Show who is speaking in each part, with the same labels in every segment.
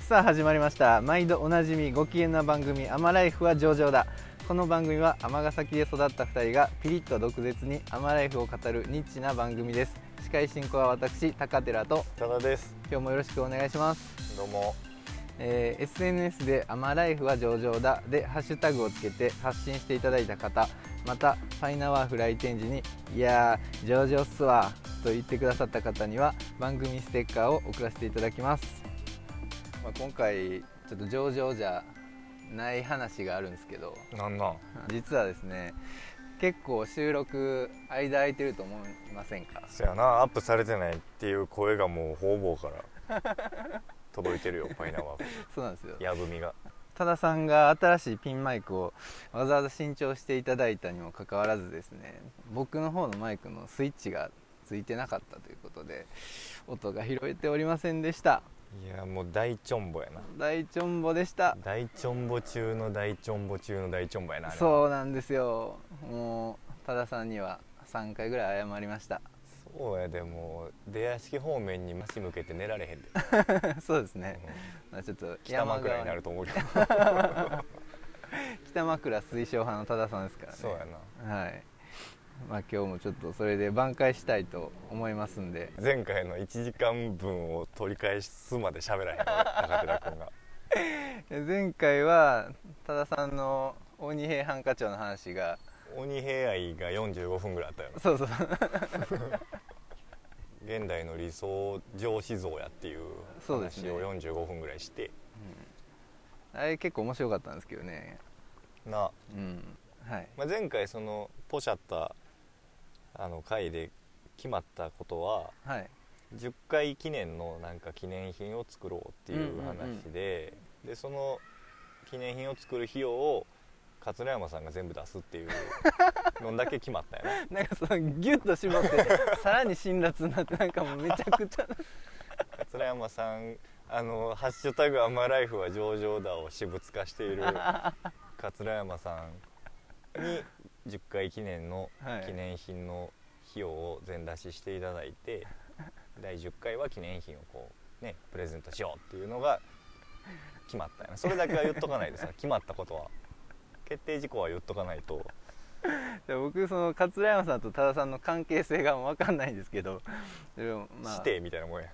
Speaker 1: さあ始まりました毎度おなじみご機嫌な番組「アマライフは上々だ」この番組は尼崎で育った2人がピリッと毒舌にアマライフを語るニッチな番組です司会進行は私高寺と
Speaker 2: ただです
Speaker 1: 今日もよろしくお願いします
Speaker 2: どうも
Speaker 1: えー SNS で「アマライフは上々だ」でハッシュタグをつけて発信していただいた方またファイナワーフ来店時に「いやー上々っすわ」と言ってくださった方には番組ステッカーを送らせていただきます、まあ、今回ちょっと上々じゃない話があるんですけど
Speaker 2: なんなん
Speaker 1: 実はですね結構収録間空いてると思いませんか
Speaker 2: そやなアップされてないっていう声がもう方々から 届いてるよパイナワー
Speaker 1: そうなんですよ
Speaker 2: やぶみが
Speaker 1: 多田さんが新しいピンマイクをわざわざ新調していただいたにもかかわらずですね僕の方のマイクのスイッチがついてなかったということで音が拾えておりませんでした
Speaker 2: いやもう大ちょんぼやな
Speaker 1: 大チョンボでした
Speaker 2: 大ちょんぼ中の大ちょんぼ中の大ちょんぼやなあれは
Speaker 1: そうなんですよもう多田さんには3回ぐらい謝りました
Speaker 2: そうやでもう出屋敷方面に足向けて寝られへんで
Speaker 1: そうですね、まあちょっと
Speaker 2: 北枕
Speaker 1: に
Speaker 2: になると思うけど
Speaker 1: 北枕推奨派の多田さんですからね
Speaker 2: そうや
Speaker 1: はいまあ今日もちょっとそれで挽回したいと思いますんで
Speaker 2: な前回の1時間分を取り返すまで喋らへん高寺君が
Speaker 1: 前回は多田さんの大二平犯科長の話が
Speaker 2: 鬼平愛が45分ぐらいあったよな
Speaker 1: そう そう
Speaker 2: 現代の理想上司像やっていう
Speaker 1: そうです
Speaker 2: 話
Speaker 1: ね
Speaker 2: を45分ぐらいして、
Speaker 1: あれ結構面白かったんですけどね
Speaker 2: な、
Speaker 1: うんはい
Speaker 2: まあ、前回そのポシャったあの回で決まったことは
Speaker 1: はい
Speaker 2: 10回記念のなんか記念品を作ろうっていう話で、でその記念品を作る費用を桂山さんが全部出すっていうのだけ決まったよね
Speaker 1: なんかそのギュッと絞って さらに辛辣になってなんかもうめちゃくちゃ
Speaker 2: 桂山さんあの「ハッシュタグアマライフは上々だ」を私物化して いる桂山さんに10回記念の
Speaker 1: はい
Speaker 2: 記念品の費用を全出ししていただいて、第10回は記念品をこうねプレゼントしようっていうのが決まったよねそれだけは言っとかない でさ決まったことは決定事項は言っとかないと
Speaker 1: で僕その桂山さんと多田さんの関係性が分かんないんですけどでもまあ
Speaker 2: してみたいなもんや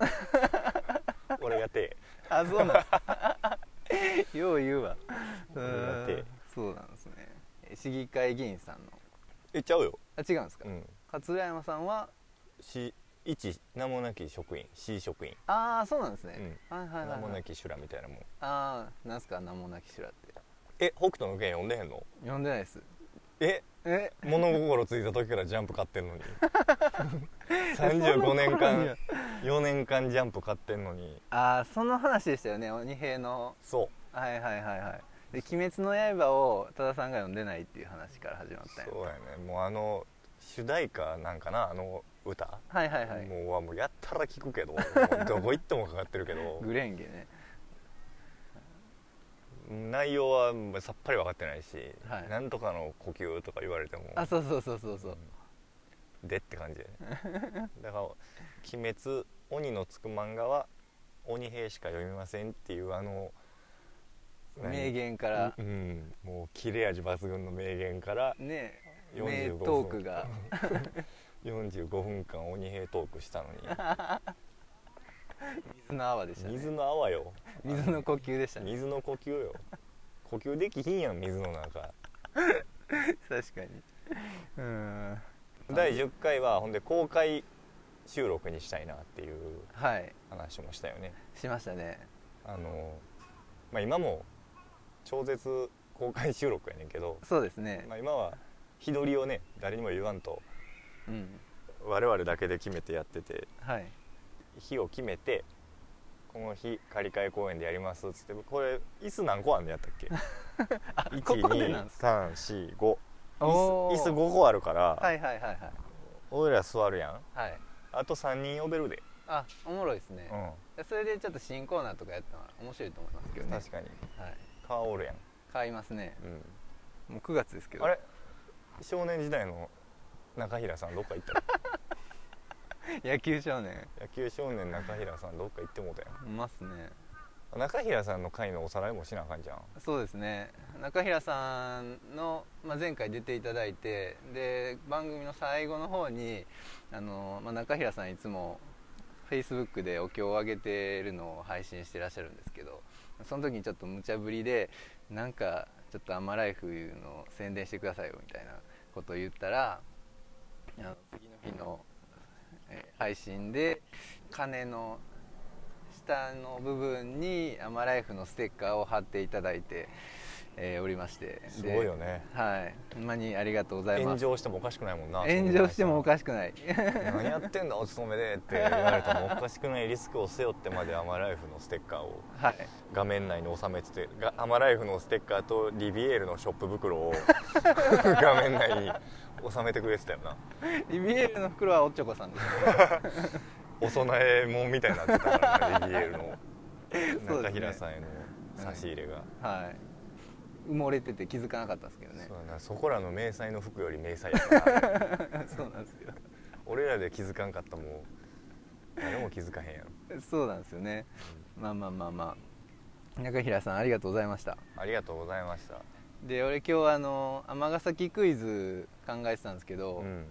Speaker 2: 俺がて
Speaker 1: あそうなんです よう言うわう
Speaker 2: だって
Speaker 1: んそうなんですね市議会議員さんの
Speaker 2: えちゃうよ
Speaker 1: あ違うんですか、
Speaker 2: うん
Speaker 1: 桂山さんは
Speaker 2: し一名もなき職員 C 職員
Speaker 1: ああそうなんですね、はいはいはい、
Speaker 2: 名
Speaker 1: はい、
Speaker 2: もなき修羅みたいなもん
Speaker 1: ああなんすか名もなき修羅って
Speaker 2: え北斗の拳読んでへんの
Speaker 1: 呼んでないです
Speaker 2: え
Speaker 1: え
Speaker 2: 物心ついた時からジャンプ買っ てんのに
Speaker 1: そんな頃
Speaker 2: 35年
Speaker 1: には
Speaker 2: 間4年間ジャンプ買ってんのに
Speaker 1: ああその話でしたよね鬼平の
Speaker 2: そう
Speaker 1: はいはいはいはいで「鬼滅の刃」を多田さんが呼んでないっていう話から始まったんや
Speaker 2: そうやねもうあの主題歌なんかなあの歌、
Speaker 1: はいはいはい
Speaker 2: もうはもうやったら聞く けどもうどこ行ってもかかってるけど
Speaker 1: グレンゲね
Speaker 2: 内容はもうさっぱり分かってないし、
Speaker 1: はい
Speaker 2: なんとかの呼吸とか言われても
Speaker 1: あそうそうそうそうそう、
Speaker 2: でって感 じやねだから「鬼滅鬼のつく漫画は鬼兵しか読みません」っていうあの何
Speaker 1: 名言から
Speaker 2: う、ん、もう切れ味抜群の名言から
Speaker 1: ねえ名
Speaker 2: 45
Speaker 1: トークが
Speaker 2: 45分間鬼兵トークしたの
Speaker 1: 水の泡でした
Speaker 2: に
Speaker 1: ね
Speaker 2: 水
Speaker 1: 水
Speaker 2: の泡よ
Speaker 1: の呼吸でしたね
Speaker 2: 水の呼吸よ呼吸できひんやん水の中
Speaker 1: 確かにうん
Speaker 2: 第10回はほんで公開収録にしたいなっていう
Speaker 1: はい
Speaker 2: 話もしたよね
Speaker 1: しましたね
Speaker 2: あの、まあ、今も超絶公開収録やねんけど、
Speaker 1: そうですね、
Speaker 2: まあ、今は日取りをね誰にも言わんと
Speaker 1: うん
Speaker 2: 我々だけで決めてやってて
Speaker 1: はい
Speaker 2: 日を決めてこの日仮替え公演でやりますっつってこれ椅子何個あんのやったっ け
Speaker 1: ここでなんです
Speaker 2: 12345椅
Speaker 1: お
Speaker 2: 子
Speaker 1: ー
Speaker 2: 椅子5個あるから、
Speaker 1: はいはいはいはい
Speaker 2: 俺ら座るやん
Speaker 1: はい
Speaker 2: あと3人呼べるで、
Speaker 1: あおもろいですね
Speaker 2: う、ん
Speaker 1: それでちょっと新コーナーとかやったら面白いと思いますけどね
Speaker 2: 確かに
Speaker 1: はい、
Speaker 2: 顔おるやん、
Speaker 1: 買いますねもう9月ですけど
Speaker 2: あれ少年時代の中平さんどっか行ったの
Speaker 1: 野球少年
Speaker 2: 野球少年中平さんどっか行ってもうたやん
Speaker 1: いますね
Speaker 2: 中平さんの回のおさらいもしなあかんじゃん
Speaker 1: そうですね中平さんの、まあ、前回出ていただいてで番組の最後の方にあの、まあ、中平さんいつも Facebook でお経をあげてるのを配信してらっしゃるんですけどその時にちょっと無茶ぶりでなんかちょっと「アマライフ」の宣伝してくださいよみたいなことを言ったらあの次の日のえー配信で鐘の下の部分に「アマライフ」のステッカーを貼っていただいて、えーおりましてです
Speaker 2: ごいよね
Speaker 1: はいほんまにありがとうござい
Speaker 2: 炎
Speaker 1: ます
Speaker 2: 上してもおかしくないもんな
Speaker 1: 炎上してもお
Speaker 2: し
Speaker 1: かしくない
Speaker 2: くない何やってんだお勤めでって言われてもおかしくないリスクを背負ってまで「アマライフ」のステッカーを
Speaker 1: はい
Speaker 2: 画面内に収めててがアマライフのステッカーとリビエールのショップ袋 を画面内に収めてくれてたよな
Speaker 1: リビエールの袋はおっちょこさんです
Speaker 2: お供え物みたいになってたからねリビエールの
Speaker 1: そうですね
Speaker 2: 中平さんへの差し入れが、
Speaker 1: はい埋もれてて気づかなかったんですけどね
Speaker 2: そうだなそこらの迷彩の服より迷彩やから
Speaker 1: そうなんですよ
Speaker 2: 俺らで気づかんかったもう誰も気づかへんやろ
Speaker 1: そうなんですよねまあまあまあまあ中平さんありがとうございました
Speaker 2: ありがとうございました
Speaker 1: で俺今日あの尼崎クイズ考えてたんですけど、
Speaker 2: うん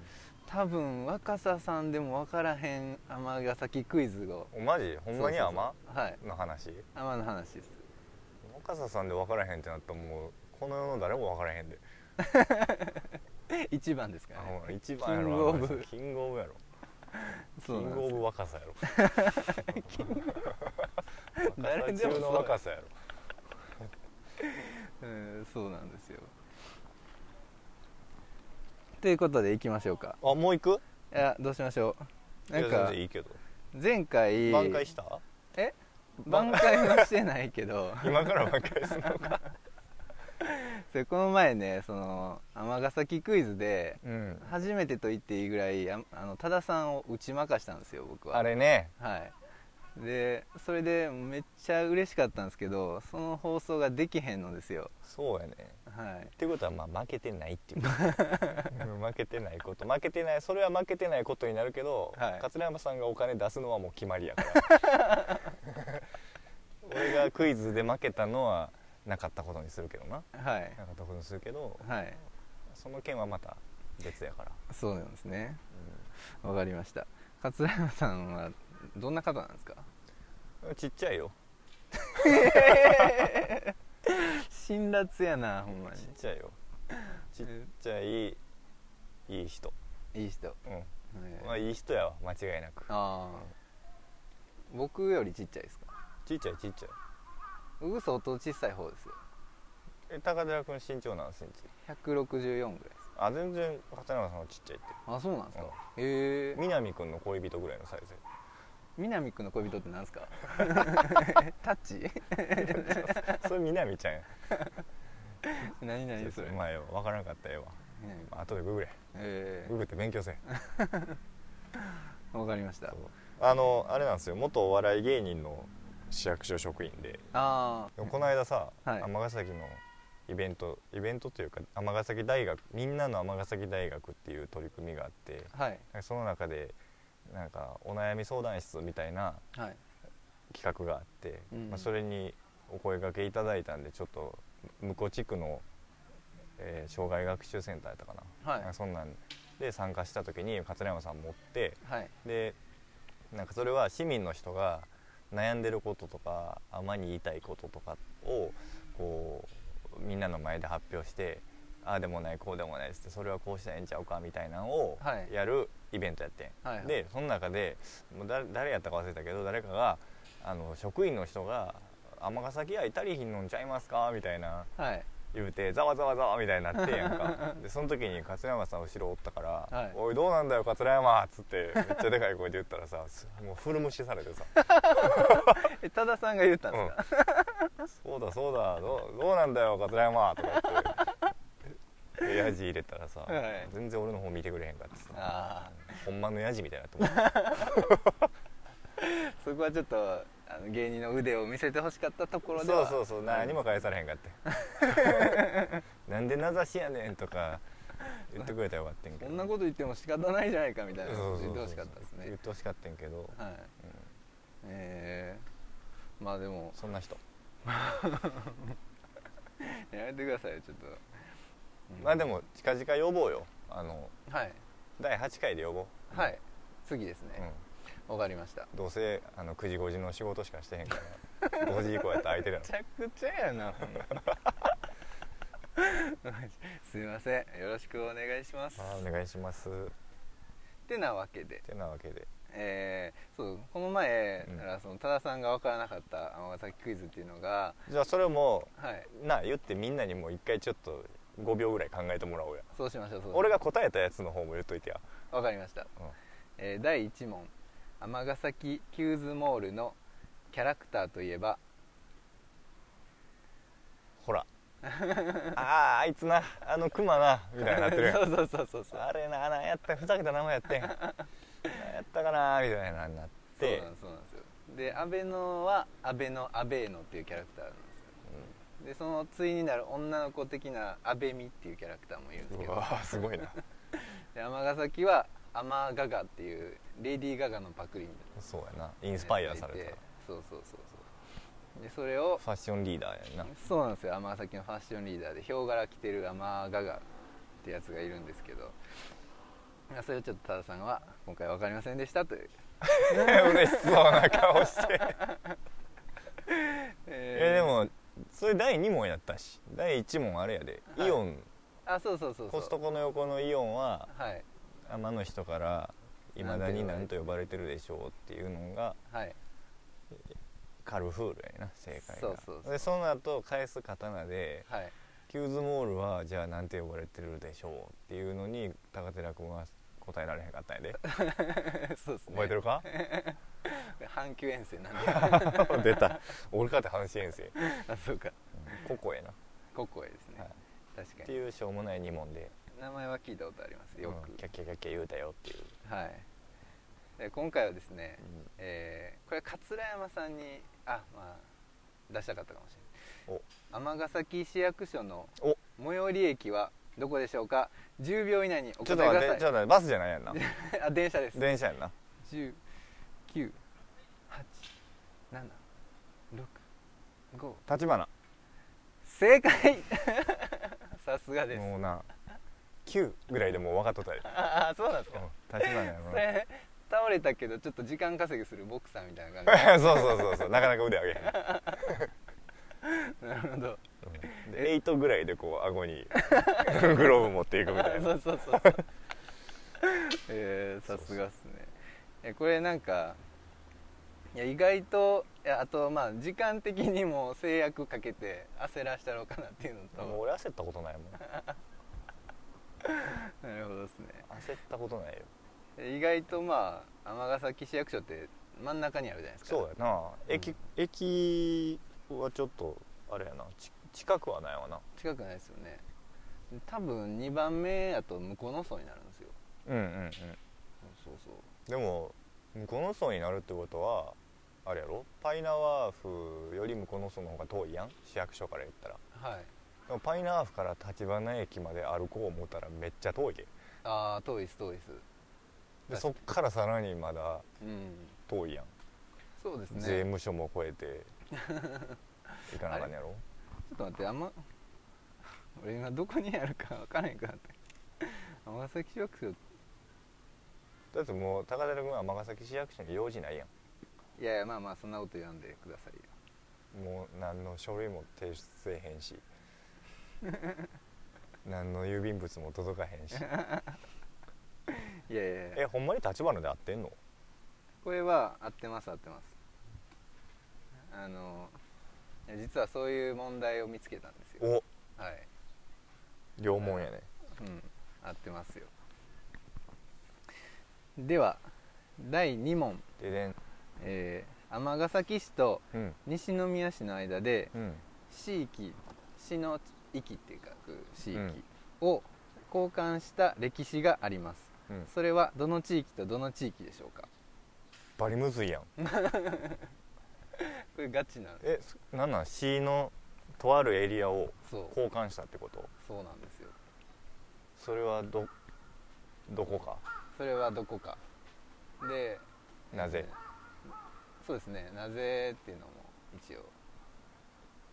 Speaker 1: 多分若狭さんでも分からへん尼崎クイズを
Speaker 2: おマジほんまに
Speaker 1: そうそ
Speaker 2: ア
Speaker 1: うそう
Speaker 2: マ
Speaker 1: はい
Speaker 2: の話
Speaker 1: 天の話です
Speaker 2: 若狭さんで分からへんってなったらもうこの世の誰も分からへんで
Speaker 1: 一番ですから
Speaker 2: あ
Speaker 1: ね
Speaker 2: ほら一番やろ
Speaker 1: キングオブ
Speaker 2: あの人キングオブやろキ
Speaker 1: そうな
Speaker 2: ン
Speaker 1: ん
Speaker 2: グ
Speaker 1: で
Speaker 2: オ
Speaker 1: す
Speaker 2: ブ若さやろ
Speaker 1: 誰
Speaker 2: 若
Speaker 1: で
Speaker 2: さ
Speaker 1: もそ
Speaker 2: 中
Speaker 1: う
Speaker 2: の若さやろ
Speaker 1: うんそうなんですよということでいきましょうか
Speaker 2: あもう行く
Speaker 1: いやどうしましょうなん
Speaker 2: いや全
Speaker 1: か
Speaker 2: 然いいけど
Speaker 1: 前回
Speaker 2: 挽回した
Speaker 1: え挽回はしてないけど
Speaker 2: 今から挽回するのか
Speaker 1: それこの前ねその尼崎クイズで
Speaker 2: うん
Speaker 1: 初めてと言っていいぐらいああの多田さんを打ち負かしたんですよ僕は
Speaker 2: あれね
Speaker 1: はいでそれでめっちゃ嬉しかったんですけどその放送ができへんのですよ
Speaker 2: そうやね
Speaker 1: はい
Speaker 2: ってことはまあ負けてないっていうこと うん負けてないこと負けてないそれは負けてないことになるけど、
Speaker 1: はい
Speaker 2: 桂山さんがお金出すのはもう決まりやから 俺がクイズで負けたのはなかったことにするけどな
Speaker 1: はい
Speaker 2: なかったことにするけど
Speaker 1: はい
Speaker 2: その件はまた別やから、
Speaker 1: そうなんですねわかりました桂山さんはどんな方なんですか
Speaker 2: うんちっちゃいよ
Speaker 1: 辛辣やなほんま
Speaker 2: ちっちゃいよちっちゃいいい人
Speaker 1: にいい人、
Speaker 2: うん、
Speaker 1: えー
Speaker 2: まあいい人やわ間違いなく
Speaker 1: ああ僕よりちっちゃいですか
Speaker 2: ちっちゃいちっちゃい
Speaker 1: 僕相当小さい方ですよ
Speaker 2: え高寺君身長何センチ
Speaker 1: 164ぐらいです
Speaker 2: あ全然片山さんはちっちゃいって
Speaker 1: あそうなんですか
Speaker 2: うん
Speaker 1: へえ
Speaker 2: 南くんの恋人ぐらいのサイズ
Speaker 1: 南くんの恋人って何ですかタッチ
Speaker 2: それ南ちゃんや
Speaker 1: 何何それ
Speaker 2: 前よ分からんかったよ
Speaker 1: 南くん
Speaker 2: 後でググれ
Speaker 1: え
Speaker 2: ググって勉強せえ
Speaker 1: えわかりました
Speaker 2: そうあのあれなんですよ元お笑い芸人の市役所職員で
Speaker 1: あ
Speaker 2: でもこの間さ
Speaker 1: はい
Speaker 2: 尼、崎のイベントイベントというか尼崎大学みんなの尼崎大学っていう取り組みがあって
Speaker 1: あはい
Speaker 2: その中でなんかお悩み相談室みたいな
Speaker 1: はい
Speaker 2: 企画があって、
Speaker 1: うん
Speaker 2: まあ、それにお声掛けいただいたんでちょっと向こう地区の、えー障害学習センターやったかな,、
Speaker 1: はい
Speaker 2: なんかそんなんで参加した時に桂山さん持って
Speaker 1: はい
Speaker 2: でなんかそれは市民の人が悩んでることとかあまり言いたいこととかをこうみんなの前で発表してああでもないこうでもないっつってそれはこうしたらええんちゃうかみたいなのを
Speaker 1: はい
Speaker 2: やるイベントやってん、
Speaker 1: はいはい
Speaker 2: でその中でもうだ誰やったか忘れたけど誰かがあの職員の人が「尼崎やいたりひんのんちゃいますか?」みたいな
Speaker 1: はい
Speaker 2: 言うてざわざわざわみたいになってんや んかでその時に勝山さん後ろおったから「
Speaker 1: はい
Speaker 2: おいどうなんだよ勝山」っつってめっちゃでかい声で言ったらさすもう古無視さ れてさ
Speaker 1: え多田さんが言ったんですか、
Speaker 2: うん、そうだそうだどうどうなんだよ桂山とか言ってでヤジ入れたらさ、
Speaker 1: はい
Speaker 2: 全然俺の方見てくれへんかってさ
Speaker 1: あ
Speaker 2: ほんまのヤジみたいになって思う
Speaker 1: あそこはちょっとあの芸人の腕を見せてほしかったところで
Speaker 2: そ
Speaker 1: は
Speaker 2: うそうそう何も返されへんか ってなんで名指しやねんとか言ってくれたらよかったんけど
Speaker 1: こんなこと言っても仕方ないじゃないかみたいなこ
Speaker 2: そう
Speaker 1: と
Speaker 2: そう
Speaker 1: 言ってほし
Speaker 2: そうそう
Speaker 1: かったですね
Speaker 2: 言ってほしかったんやけど、
Speaker 1: はい、えまあでも
Speaker 2: そんな人
Speaker 1: やめてくださいよちょっと、うん
Speaker 2: まあでも近々呼ぼうよあの
Speaker 1: はい
Speaker 2: 第8回で呼ぼう
Speaker 1: はい、次ですね
Speaker 2: う
Speaker 1: わ、かりました
Speaker 2: ん、どうせあの9時5時の仕事しかしてへんか ら5時以降やったら空いてるや
Speaker 1: めちゃくちゃやなほんま すいませんよろしくお願いします
Speaker 2: ろはいお願いします
Speaker 1: てなわけで
Speaker 2: てなわけで
Speaker 1: えーそうこの前、
Speaker 2: うん
Speaker 1: だからその多田さんが分からなかった尼崎クイズっていうのが
Speaker 2: じゃあそれも
Speaker 1: はい
Speaker 2: なあ言ってみんなにも一回ちょっと5秒ぐらい考えてもらおうや
Speaker 1: そうしましょうそうしましょう
Speaker 2: 俺が答えたやつの方も言っといてや
Speaker 1: 分かりました、
Speaker 2: うん
Speaker 1: えー第1問尼崎キューズモールのキャラクターといえば
Speaker 2: ほ らあああいつなあのクマなみたいになってるやん
Speaker 1: そうそうそうそうそう
Speaker 2: あれな何やったふざけた名前 やってん何やったかなみたいなになっ
Speaker 1: そう
Speaker 2: て
Speaker 1: なんですそうなんですよで安倍のは安倍の安倍のっていうキャラクターなんですよでその対になる女の子的な安倍美っていうキャラクターもいるんです
Speaker 2: う
Speaker 1: け
Speaker 2: んう
Speaker 1: ど
Speaker 2: わーすごいな
Speaker 1: で尼崎はアマガガっていうレディー・ガガのパクリみたいな
Speaker 2: そうやなインスパイアされた
Speaker 1: そうそうそうそうでそれを
Speaker 2: ファッションリーダーやんな
Speaker 1: そうなんですよ尼崎のファッションリーダーでヒョウ柄着てるアマガガってやつがいるんですけどまあそれをちょっと多田さんは今回分かりませんでしたという
Speaker 2: 嬉しそうな顔してえでもそれ第2問やったし第1問あれやで、
Speaker 1: はい
Speaker 2: イオン
Speaker 1: あそうそうそうそう
Speaker 2: コストコの横のイオンは
Speaker 1: はい
Speaker 2: 天の人からいまだに何と呼ばれてるでしょうっていうのが
Speaker 1: はい
Speaker 2: カルフールやな正解が
Speaker 1: そうそうそう
Speaker 2: でその後返す刀で
Speaker 1: はい
Speaker 2: キューズモールはじゃあなんて呼ばれてるでしょうっていうのに高寺君は答えられへんかったんやで
Speaker 1: そう ですね
Speaker 2: 覚えてるか
Speaker 1: 阪急遠征なんで
Speaker 2: 出た俺かって阪神遠征
Speaker 1: あそうか
Speaker 2: ここやな、
Speaker 1: ココエですね、
Speaker 2: はい
Speaker 1: 確
Speaker 2: っ
Speaker 1: か
Speaker 2: て
Speaker 1: に
Speaker 2: いうしょうもない2問で
Speaker 1: 名前は聞いたことありますよく、
Speaker 2: うんキャッキャキャッキャ言うたよっていう、
Speaker 1: はいで今回はですね、えーこれ桂山さんにあまあ出したかったかもしれない尼崎市役所の
Speaker 2: おお
Speaker 1: 最寄り駅はどこでしょうか10秒以内にお
Speaker 2: ちょっ
Speaker 1: 答
Speaker 2: と
Speaker 1: え
Speaker 2: 待
Speaker 1: くだ
Speaker 2: って
Speaker 1: さい
Speaker 2: ちょっと待ってバスじゃないやんな
Speaker 1: あ電車です
Speaker 2: 電車やんな
Speaker 1: 1 9 8 7 6 5
Speaker 2: 立花
Speaker 1: 正解 さすがです
Speaker 2: もうな9ぐらいでもう分かっとったで
Speaker 1: ああそうなんですか、
Speaker 2: 立花やろ
Speaker 1: それ 倒れたけどちょっと時間稼ぎするボクサーみたいな感
Speaker 2: な そうそうそうそうなかなか腕上げへん
Speaker 1: じ なるほど
Speaker 2: で8ぐらいでこう顎に グローブ持っていくみた い
Speaker 1: そ
Speaker 2: な
Speaker 1: うそうそうそうえー、さすがっすねえこれなんかいや意外といやあとまあ時間的にも制約かけて焦らしたろうかなっていうの
Speaker 2: もう
Speaker 1: と
Speaker 2: 俺焦ったことないもん
Speaker 1: なるほどですね
Speaker 2: 焦ったことないよ
Speaker 1: え意外とまあ尼崎市役所って真ん中にあるじゃないですか
Speaker 2: そうやな駅、
Speaker 1: うん
Speaker 2: 駅はちょっとあれやなち近くはないわな
Speaker 1: 近くないですよね多分2番目やと向こうの層になるんですよ
Speaker 2: うんうんうん
Speaker 1: そうそう
Speaker 2: でも向こうの層になるってことはあれやろパイナワーフより向こうの層の方が遠いやん市役所から言ったら
Speaker 1: はい
Speaker 2: でもパイナワーフから橘駅まで歩こう思ったらめっちゃ遠いで
Speaker 1: ああ遠いです遠いです
Speaker 2: でそっからさらにまだ
Speaker 1: うん
Speaker 2: 遠いやん
Speaker 1: そうですね
Speaker 2: 税務署も越 えて行かなあかんねやろ
Speaker 1: ちょっと待ってあんま俺今どこにあるか分からへんくなった尼崎市役所
Speaker 2: だってもう高寺君は尼崎市役所に用事ないや
Speaker 1: いやいやまあまあそんなこと言わんでくださいよ
Speaker 2: んもう何の書類も提出せえへ んし何の郵便物も届かへんし
Speaker 1: いやいやい
Speaker 2: え
Speaker 1: や
Speaker 2: ほんまに立花で会っ てんの
Speaker 1: これは合ってます合ってますあのいや実はそういう問題を見つけたんですよ
Speaker 2: お
Speaker 1: はい、
Speaker 2: 両門やね
Speaker 1: うん、合ってますよでは第2問
Speaker 2: ででん
Speaker 1: えー尼崎市と
Speaker 2: うん
Speaker 1: 西宮市の間で
Speaker 2: うん
Speaker 1: 市域市の域っていうか市域
Speaker 2: うん
Speaker 1: を交換した歴史があります、
Speaker 2: うん
Speaker 1: それはどの地域とどの地域でしょうか
Speaker 2: バリむずいやん
Speaker 1: これガチなんで
Speaker 2: えそなんなん市のとあるエリアを
Speaker 1: そう
Speaker 2: 交換したってこと
Speaker 1: そうなんですよ
Speaker 2: それはどどこか
Speaker 1: それはどこかで
Speaker 2: なぜ
Speaker 1: えーそうですねなぜっていうのも一応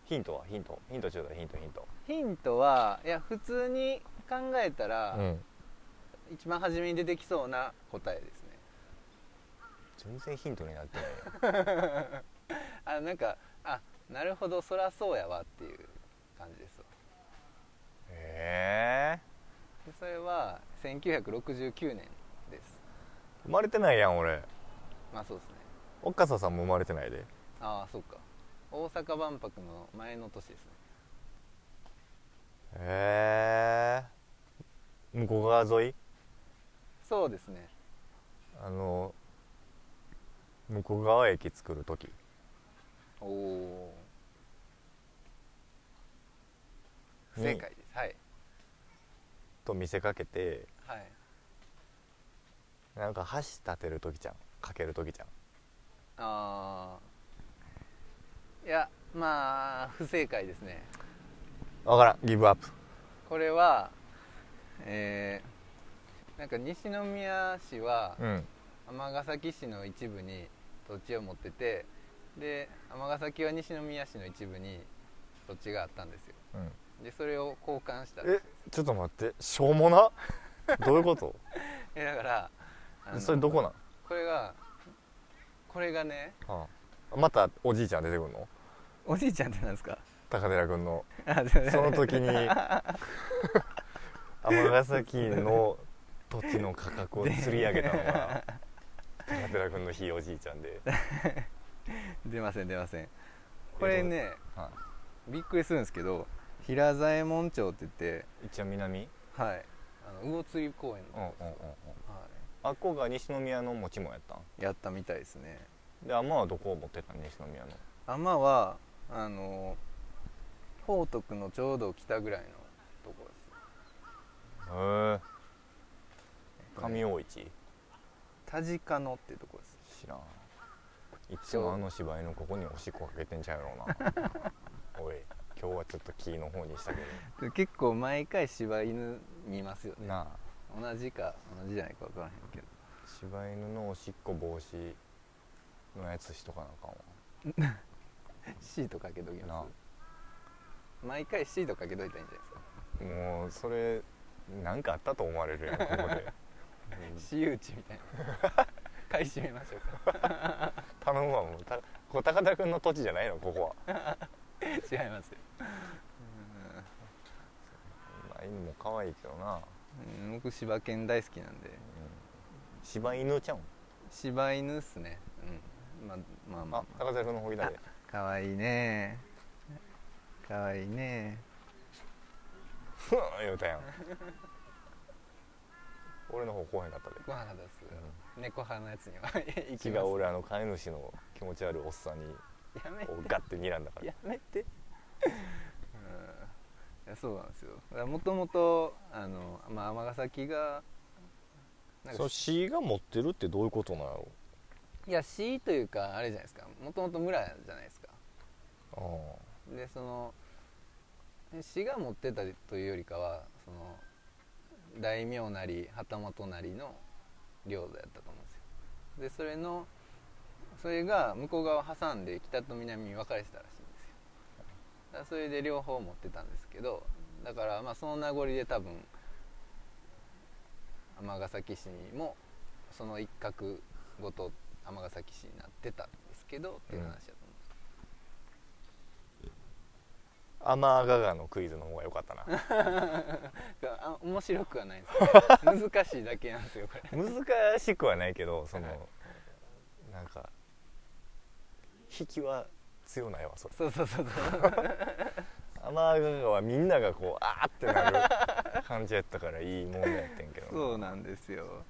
Speaker 2: ヒントはヒントヒントちょうだいヒントヒント
Speaker 1: ヒントはいや普通に考えたら、
Speaker 2: うん
Speaker 1: 一番初めに出てきそうな答えですね
Speaker 2: 全然ヒントになってないよ
Speaker 1: あなんかあなるほどそらそうやわっていう感じですわ
Speaker 2: ええ
Speaker 1: でそれは1969年です
Speaker 2: 生まれてないやん俺
Speaker 1: まあそうですね
Speaker 2: 岡佐さんも生まれてないで
Speaker 1: ああそうか大阪万博の前の年ですね
Speaker 2: へえ向こう側沿い
Speaker 1: そうですね
Speaker 2: あの向こう側駅作る時
Speaker 1: おお不
Speaker 2: に
Speaker 1: 正解ですはい
Speaker 2: と見せかけて
Speaker 1: はい
Speaker 2: なんか箸立てる時じゃんかける時じゃん
Speaker 1: ああいやまあ不正解ですね
Speaker 2: 分からんギブアップ
Speaker 1: これはえーなんか西宮市は
Speaker 2: うん
Speaker 1: 尼崎市の一部に土地を持っててで尼崎は西宮市の一部に土地があったんですよ
Speaker 2: うん
Speaker 1: でそれを交換したんで
Speaker 2: え
Speaker 1: すよ
Speaker 2: ちょっと待ってしょうも などういうこと
Speaker 1: えだからあの
Speaker 2: それどこなん、
Speaker 1: これがこれがね
Speaker 2: ああまたおじいちゃん出てくるの
Speaker 1: おじいちゃんってなんですか
Speaker 2: 高寺君 の
Speaker 1: あ
Speaker 2: その時に 尼崎の土地の価格を釣り上げたの が高寺君のひいおじいちゃんで、
Speaker 1: 出ません出ませんこれね
Speaker 2: は
Speaker 1: びっくりするんですけど平左衛門町って言って
Speaker 2: い、一応南
Speaker 1: はいあの魚釣り公園
Speaker 2: うんうん
Speaker 1: の、
Speaker 2: うんうん
Speaker 1: は
Speaker 2: あっこが西宮の持ちもやったん
Speaker 1: い、やったみたいですね
Speaker 2: で天はどこを持ってたん西宮の
Speaker 1: 天はあの宝徳のちょうど北ぐらいのところです
Speaker 2: へえ上大市
Speaker 1: 田鹿野っていうところです
Speaker 2: 知らんいつもあの芝居のここにおしっこかけてんちゃうやろ うなおい今日はちょっとキーの方にしたけ
Speaker 1: で結構毎回柴犬見ますよ
Speaker 2: ど
Speaker 1: ね
Speaker 2: なあ
Speaker 1: 同じか同じじゃないか分からへんけど
Speaker 2: 柴犬のおしっこ防止のやつしとかなあかんわ
Speaker 1: シートかけとき
Speaker 2: な
Speaker 1: ます毎回シートかけといたらいいんじゃないですか
Speaker 2: もうそれなんかあったと思われるやんここ で
Speaker 1: 私有地み たいな買い占めましょうか
Speaker 2: 頼むわもうたこう高田君の土地じゃないのここは、
Speaker 1: 違いますよ
Speaker 2: まあ、犬も可愛いけどな、
Speaker 1: うん僕柴犬大好きなんで
Speaker 2: うん、柴犬ちゃうん
Speaker 1: 柴犬っすねうんままあまあ
Speaker 2: あ高田君のほいだけ
Speaker 1: かわいいねかわいいね
Speaker 2: ふん 言うたやん俺の方来へんかったで
Speaker 1: 猫派です、猫派のやつに は行き
Speaker 2: 違
Speaker 1: ま
Speaker 2: う
Speaker 1: す
Speaker 2: 俺あの飼い主の気持ち悪いおっさんに
Speaker 1: やめて
Speaker 2: こ うガッて睨んだから
Speaker 1: やめてうんいやそうなんですよもともとあのまあ尼崎がなんか
Speaker 2: の C が持ってるってどういうことなんやろ
Speaker 1: いや市というかあれじゃないですかもともと村じゃないですか
Speaker 2: ああ
Speaker 1: でその市が持ってたというよりかはその大名なり旗本なりの領土やったと思うんですよでそれのそれが向こう側を挟んで北と南に分かれてたらしいんですよだからそれで両方持ってたんですけどだからまあその名残で多分尼崎市にもその一角ごと尼崎市になってたんですけどっていう話だと思うんです
Speaker 2: アマーガガのクイズの方が良かっ たな
Speaker 1: あ面白くはないんですよ ね難しいだけなんですよこれ
Speaker 2: 難しくはないけどその
Speaker 1: はい
Speaker 2: なんか引きは強ないわそれ
Speaker 1: そうそうそうそう
Speaker 2: アマーガガはみんながこうあーってなる感じやったからいい問題やってんけど
Speaker 1: そうなんですよ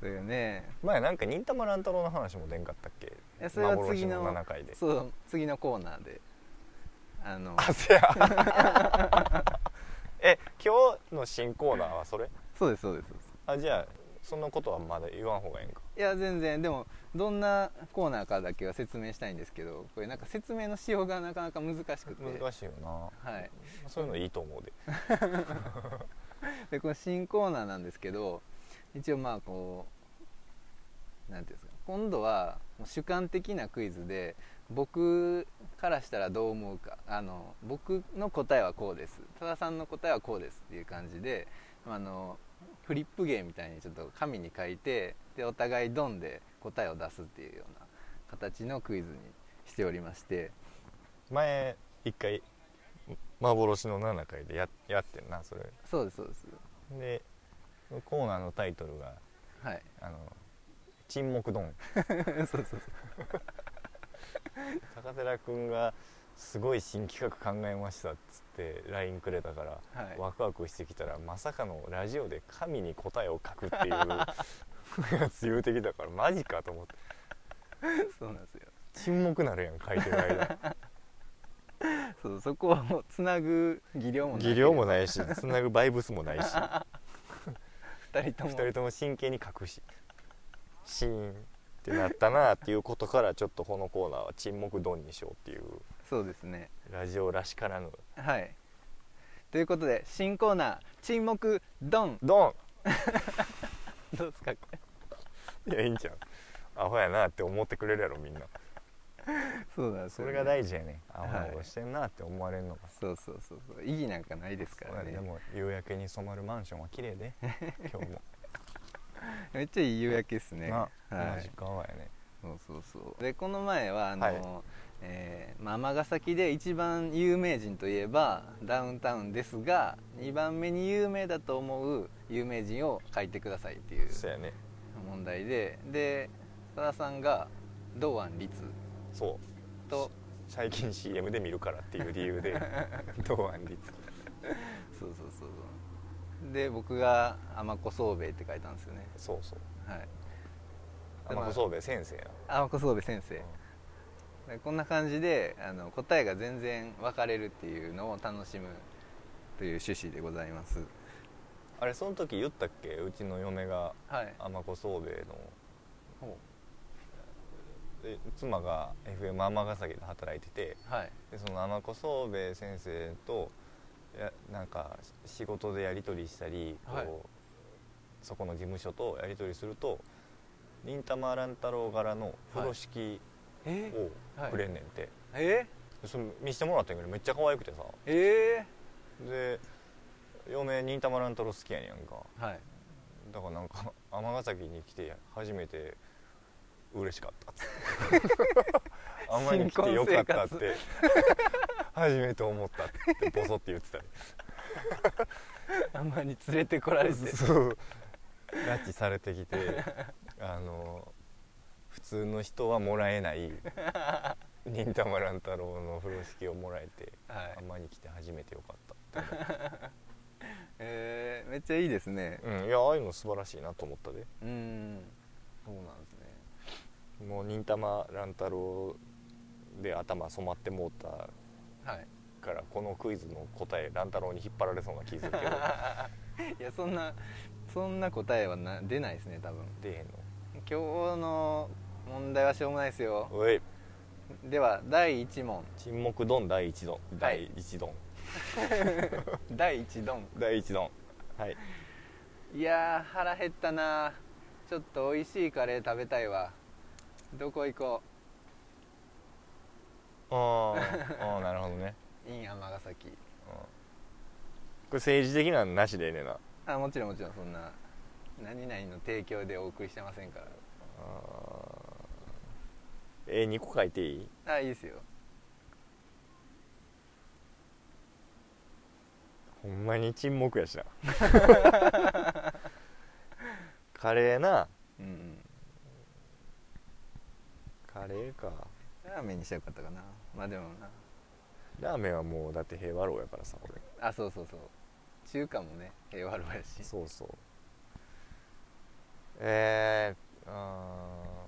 Speaker 1: それがね
Speaker 2: 前なんか忍たま乱太郎の話も出んかったっけ
Speaker 1: いやそれは次の
Speaker 2: 幻の7回で
Speaker 1: そう次のコーナーであの
Speaker 2: あ せや え今日の新コーナーはそれ
Speaker 1: そうですそうですそうです
Speaker 2: あじゃあそのことはまだ言わん方がいいんか
Speaker 1: いや全然でもどんなコーナーかだけは説明したいんですけどこれなんか説明のしようがなかなか難しくて
Speaker 2: 難しいよな
Speaker 1: はい
Speaker 2: そういうのいいと思うで
Speaker 1: でこの新コーナーなんですけど一応まあこうなんていうんですか今度はもう主観的なクイズで僕からしたらどう思うかあの僕の答えはこうです多田さんの答えはこうですっていう感じであのフリップ芸みたいにちょっと紙に書いてでお互いドンで答えを出すっていうような形のクイズにしておりまして
Speaker 2: 前一回幻の7回でややってんなそれ
Speaker 1: そうですそうです
Speaker 2: でコーナーのタイトルが
Speaker 1: はい
Speaker 2: 「あの沈黙ドン
Speaker 1: そうそうそう」
Speaker 2: 高寺君が「すごい新企画考えました」っつって LINE くれたから、
Speaker 1: はい
Speaker 2: ワクワクしてきたらまさかのラジオで神に答えを書 くっていうやつ言うてきたからマジかと思って
Speaker 1: そうなんですよ
Speaker 2: 沈黙なるやん書いてる間
Speaker 1: そうそこをつなぐ技量 もな
Speaker 2: 技
Speaker 1: い
Speaker 2: 量もないしつなぐバイブスもないし
Speaker 1: 2人と
Speaker 2: 2
Speaker 1: も
Speaker 2: 人とも真剣に書くしシーンってなったなっていうことからちょっとこのコーナーは沈黙ドンにしようっていう
Speaker 1: そうですね
Speaker 2: ラジオらしからぬ
Speaker 1: はいということで新コーナー「沈黙ドン
Speaker 2: ドン」
Speaker 1: どうですかこれ
Speaker 2: いやいいんちゃうアホやなって思ってくれるやろみんな
Speaker 1: そうなんです
Speaker 2: そ
Speaker 1: よ
Speaker 2: れ
Speaker 1: ね
Speaker 2: が大事やねア
Speaker 1: い
Speaker 2: ホなことしてんなって思われるのが、
Speaker 1: そうそうそうそう意義なんかないですからね
Speaker 2: でも夕焼けに染まるマンションは綺麗で 今日も、
Speaker 1: めっちゃいい夕焼けですね
Speaker 2: な、
Speaker 1: は
Speaker 2: 同じ
Speaker 1: い
Speaker 2: 川やね
Speaker 1: そうそうそうでこの前はあの、
Speaker 2: はい
Speaker 1: えーまあ、尼崎で一番有名人といえばダウンタウンですが2番目に有名だと思う有名人を書いてくださいっていう
Speaker 2: そうやね
Speaker 1: 問題でで多田さんが堂安律
Speaker 2: そう
Speaker 1: と
Speaker 2: 最近 CM で見るからっていう理 由で堂安律
Speaker 1: そうそうそうそうで僕が「天子宗兵衛」って書いたんですよね
Speaker 2: そうそう
Speaker 1: はいで
Speaker 2: 天
Speaker 1: まあ
Speaker 2: 子宗兵衛先生や
Speaker 1: 天子宗兵衛先
Speaker 2: な
Speaker 1: 生でこんな感じであの答えが全然分かれるっていうのを楽しむという趣旨でございます
Speaker 2: あれその時言ったっけうちの嫁が
Speaker 1: はい
Speaker 2: 天子宗兵衛の
Speaker 1: ほ
Speaker 2: で妻が FM 尼崎で働いてて
Speaker 1: うはい
Speaker 2: でその天子宗兵衛先生とやなんかし仕事でやり取りしたり、こう
Speaker 1: はい
Speaker 2: そこの事務所とやり取りすると忍たま乱太郎柄の風呂敷
Speaker 1: え
Speaker 2: を
Speaker 1: はい
Speaker 2: くれんねんて、
Speaker 1: え
Speaker 2: でそれ見せてもらったんやけどめっちゃ可愛くてさ
Speaker 1: え
Speaker 2: で嫁忍たま乱太郎好きやねんやんか
Speaker 1: はい
Speaker 2: だからなんか 尼崎に来て初めて嬉しかったっつってあんまり来てよかったっ
Speaker 1: 新婚
Speaker 2: て初めて思ったってボソって言ってたり
Speaker 1: あんまり連れてこら れて
Speaker 2: そう拉致されてきてあの普通の人はもらえない忍たま乱太郎の風呂敷をもらえて、
Speaker 1: はい
Speaker 2: あんまり来て初めてよかっ
Speaker 1: えー、めっちゃいいですね
Speaker 2: た、うん、いやああいうの素晴らしいなと思ったで
Speaker 1: うんそうなんですね
Speaker 2: もう忍たま乱太郎で頭染まってもうた
Speaker 1: はい
Speaker 2: からこのクイズの答え乱太郎に引っ張られそうな気 するけど
Speaker 1: いやそんなそんな答えはな出ないですね多分
Speaker 2: 出えへんの
Speaker 1: 今日の問題はしょうもないですよ
Speaker 2: おい
Speaker 1: では第1問
Speaker 2: 沈黙ドン第一ドン
Speaker 1: はい
Speaker 2: 第一ドン、
Speaker 1: 第1問
Speaker 2: 第一ドンはい
Speaker 1: いやー腹減ったなちょっと美味しいカレー食べたいわどこ行こ
Speaker 2: あーあーなるほどね、
Speaker 1: う in 尼崎
Speaker 2: うんこれ政治的なのなしでええねんな
Speaker 1: あもちろんもちろんそんな何々の提供でお送りしてませんか
Speaker 2: あーえー、2個書いていい
Speaker 1: らあいいですよ
Speaker 2: ほんまに沈黙やし なカレーな
Speaker 1: うん、うん、
Speaker 2: カレーか
Speaker 1: ラーメンにしたらよかったかなまあでもな
Speaker 2: ラーメンはもうだって平和楼やからさ俺
Speaker 1: あそうそうそう中華もね平和ロやし
Speaker 2: そうそうえー、あ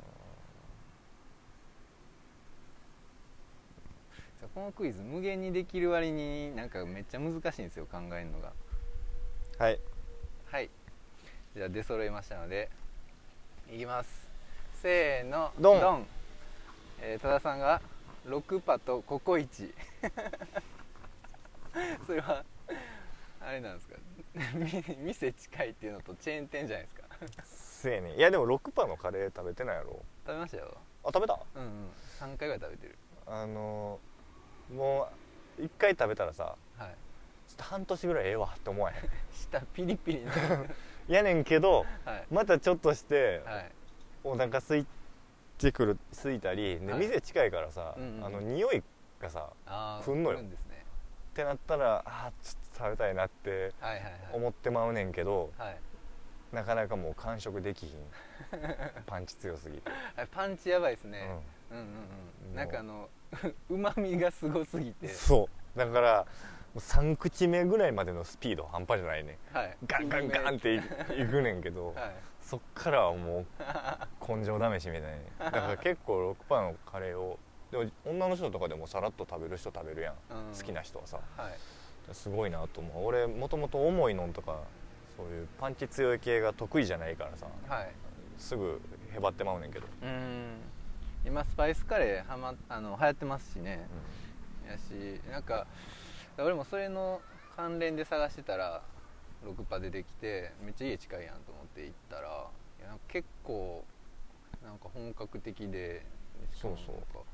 Speaker 1: このクイズ無限にできる割になんかめっちゃ難しいんですよ考えるのが
Speaker 2: ーはい
Speaker 1: はいじゃあ出揃いましたのでいきますせーの
Speaker 2: ドン
Speaker 1: えー多田さんが6パとココイチ それはあれなんですか み店近いっていうのとチェーン店じゃないですか
Speaker 2: せやねんいやでも6パのカレー食べてないやろ
Speaker 1: 食べましたよ
Speaker 2: あ食べた
Speaker 1: うんうん3回ぐらい食べてる
Speaker 2: あのもう1回食べたらさ
Speaker 1: はい
Speaker 2: ちょっと半年ぐらいええわって思わへ
Speaker 1: 舌ピリピリな
Speaker 2: ん やねんけど
Speaker 1: はい
Speaker 2: またちょっとして
Speaker 1: はい
Speaker 2: お腹空いてくる空いたりで
Speaker 1: はい
Speaker 2: 店近いからさ、
Speaker 1: うんうん
Speaker 2: あの匂いがさ
Speaker 1: あー
Speaker 2: 来んのよ
Speaker 1: 来るんですね
Speaker 2: ってなったらあーちょっと食べたいなって
Speaker 1: はいはいはい
Speaker 2: 思ってまうねんけど
Speaker 1: はい
Speaker 2: なかなかもう完食で きひんパンチ強すぎて、
Speaker 1: あれパンチやばいです
Speaker 2: う
Speaker 1: ね、
Speaker 2: ん
Speaker 1: うん、うんうん
Speaker 2: もう
Speaker 1: なんかあの うまみがすごすぎ て
Speaker 2: そうだからもう3口目ぐらいまでのスピード半端じゃないねん
Speaker 1: はい
Speaker 2: ガンガンガンっていいくねんけ ど、
Speaker 1: はい
Speaker 2: そっからはもう根性試しみたいなねだから結構ロックパンのカレーをでも女の人とかでもさらっと食べる人食べるやん、
Speaker 1: うん
Speaker 2: 好きな人はさ
Speaker 1: はい
Speaker 2: すごいなと思う俺もともと重いのんとかそういうパンチ強い系が得意じゃないからさ
Speaker 1: はい
Speaker 2: すぐへばってまうねんけど、
Speaker 1: うーん今スパイスカレーはまあの流行ってますしね、やしなんか俺もそれの関連で探してたらロクパ出てきてめっちゃ家近いやんと思って行ったらいやなんか結構なんか本格的でしかも
Speaker 2: そうそう
Speaker 1: なんか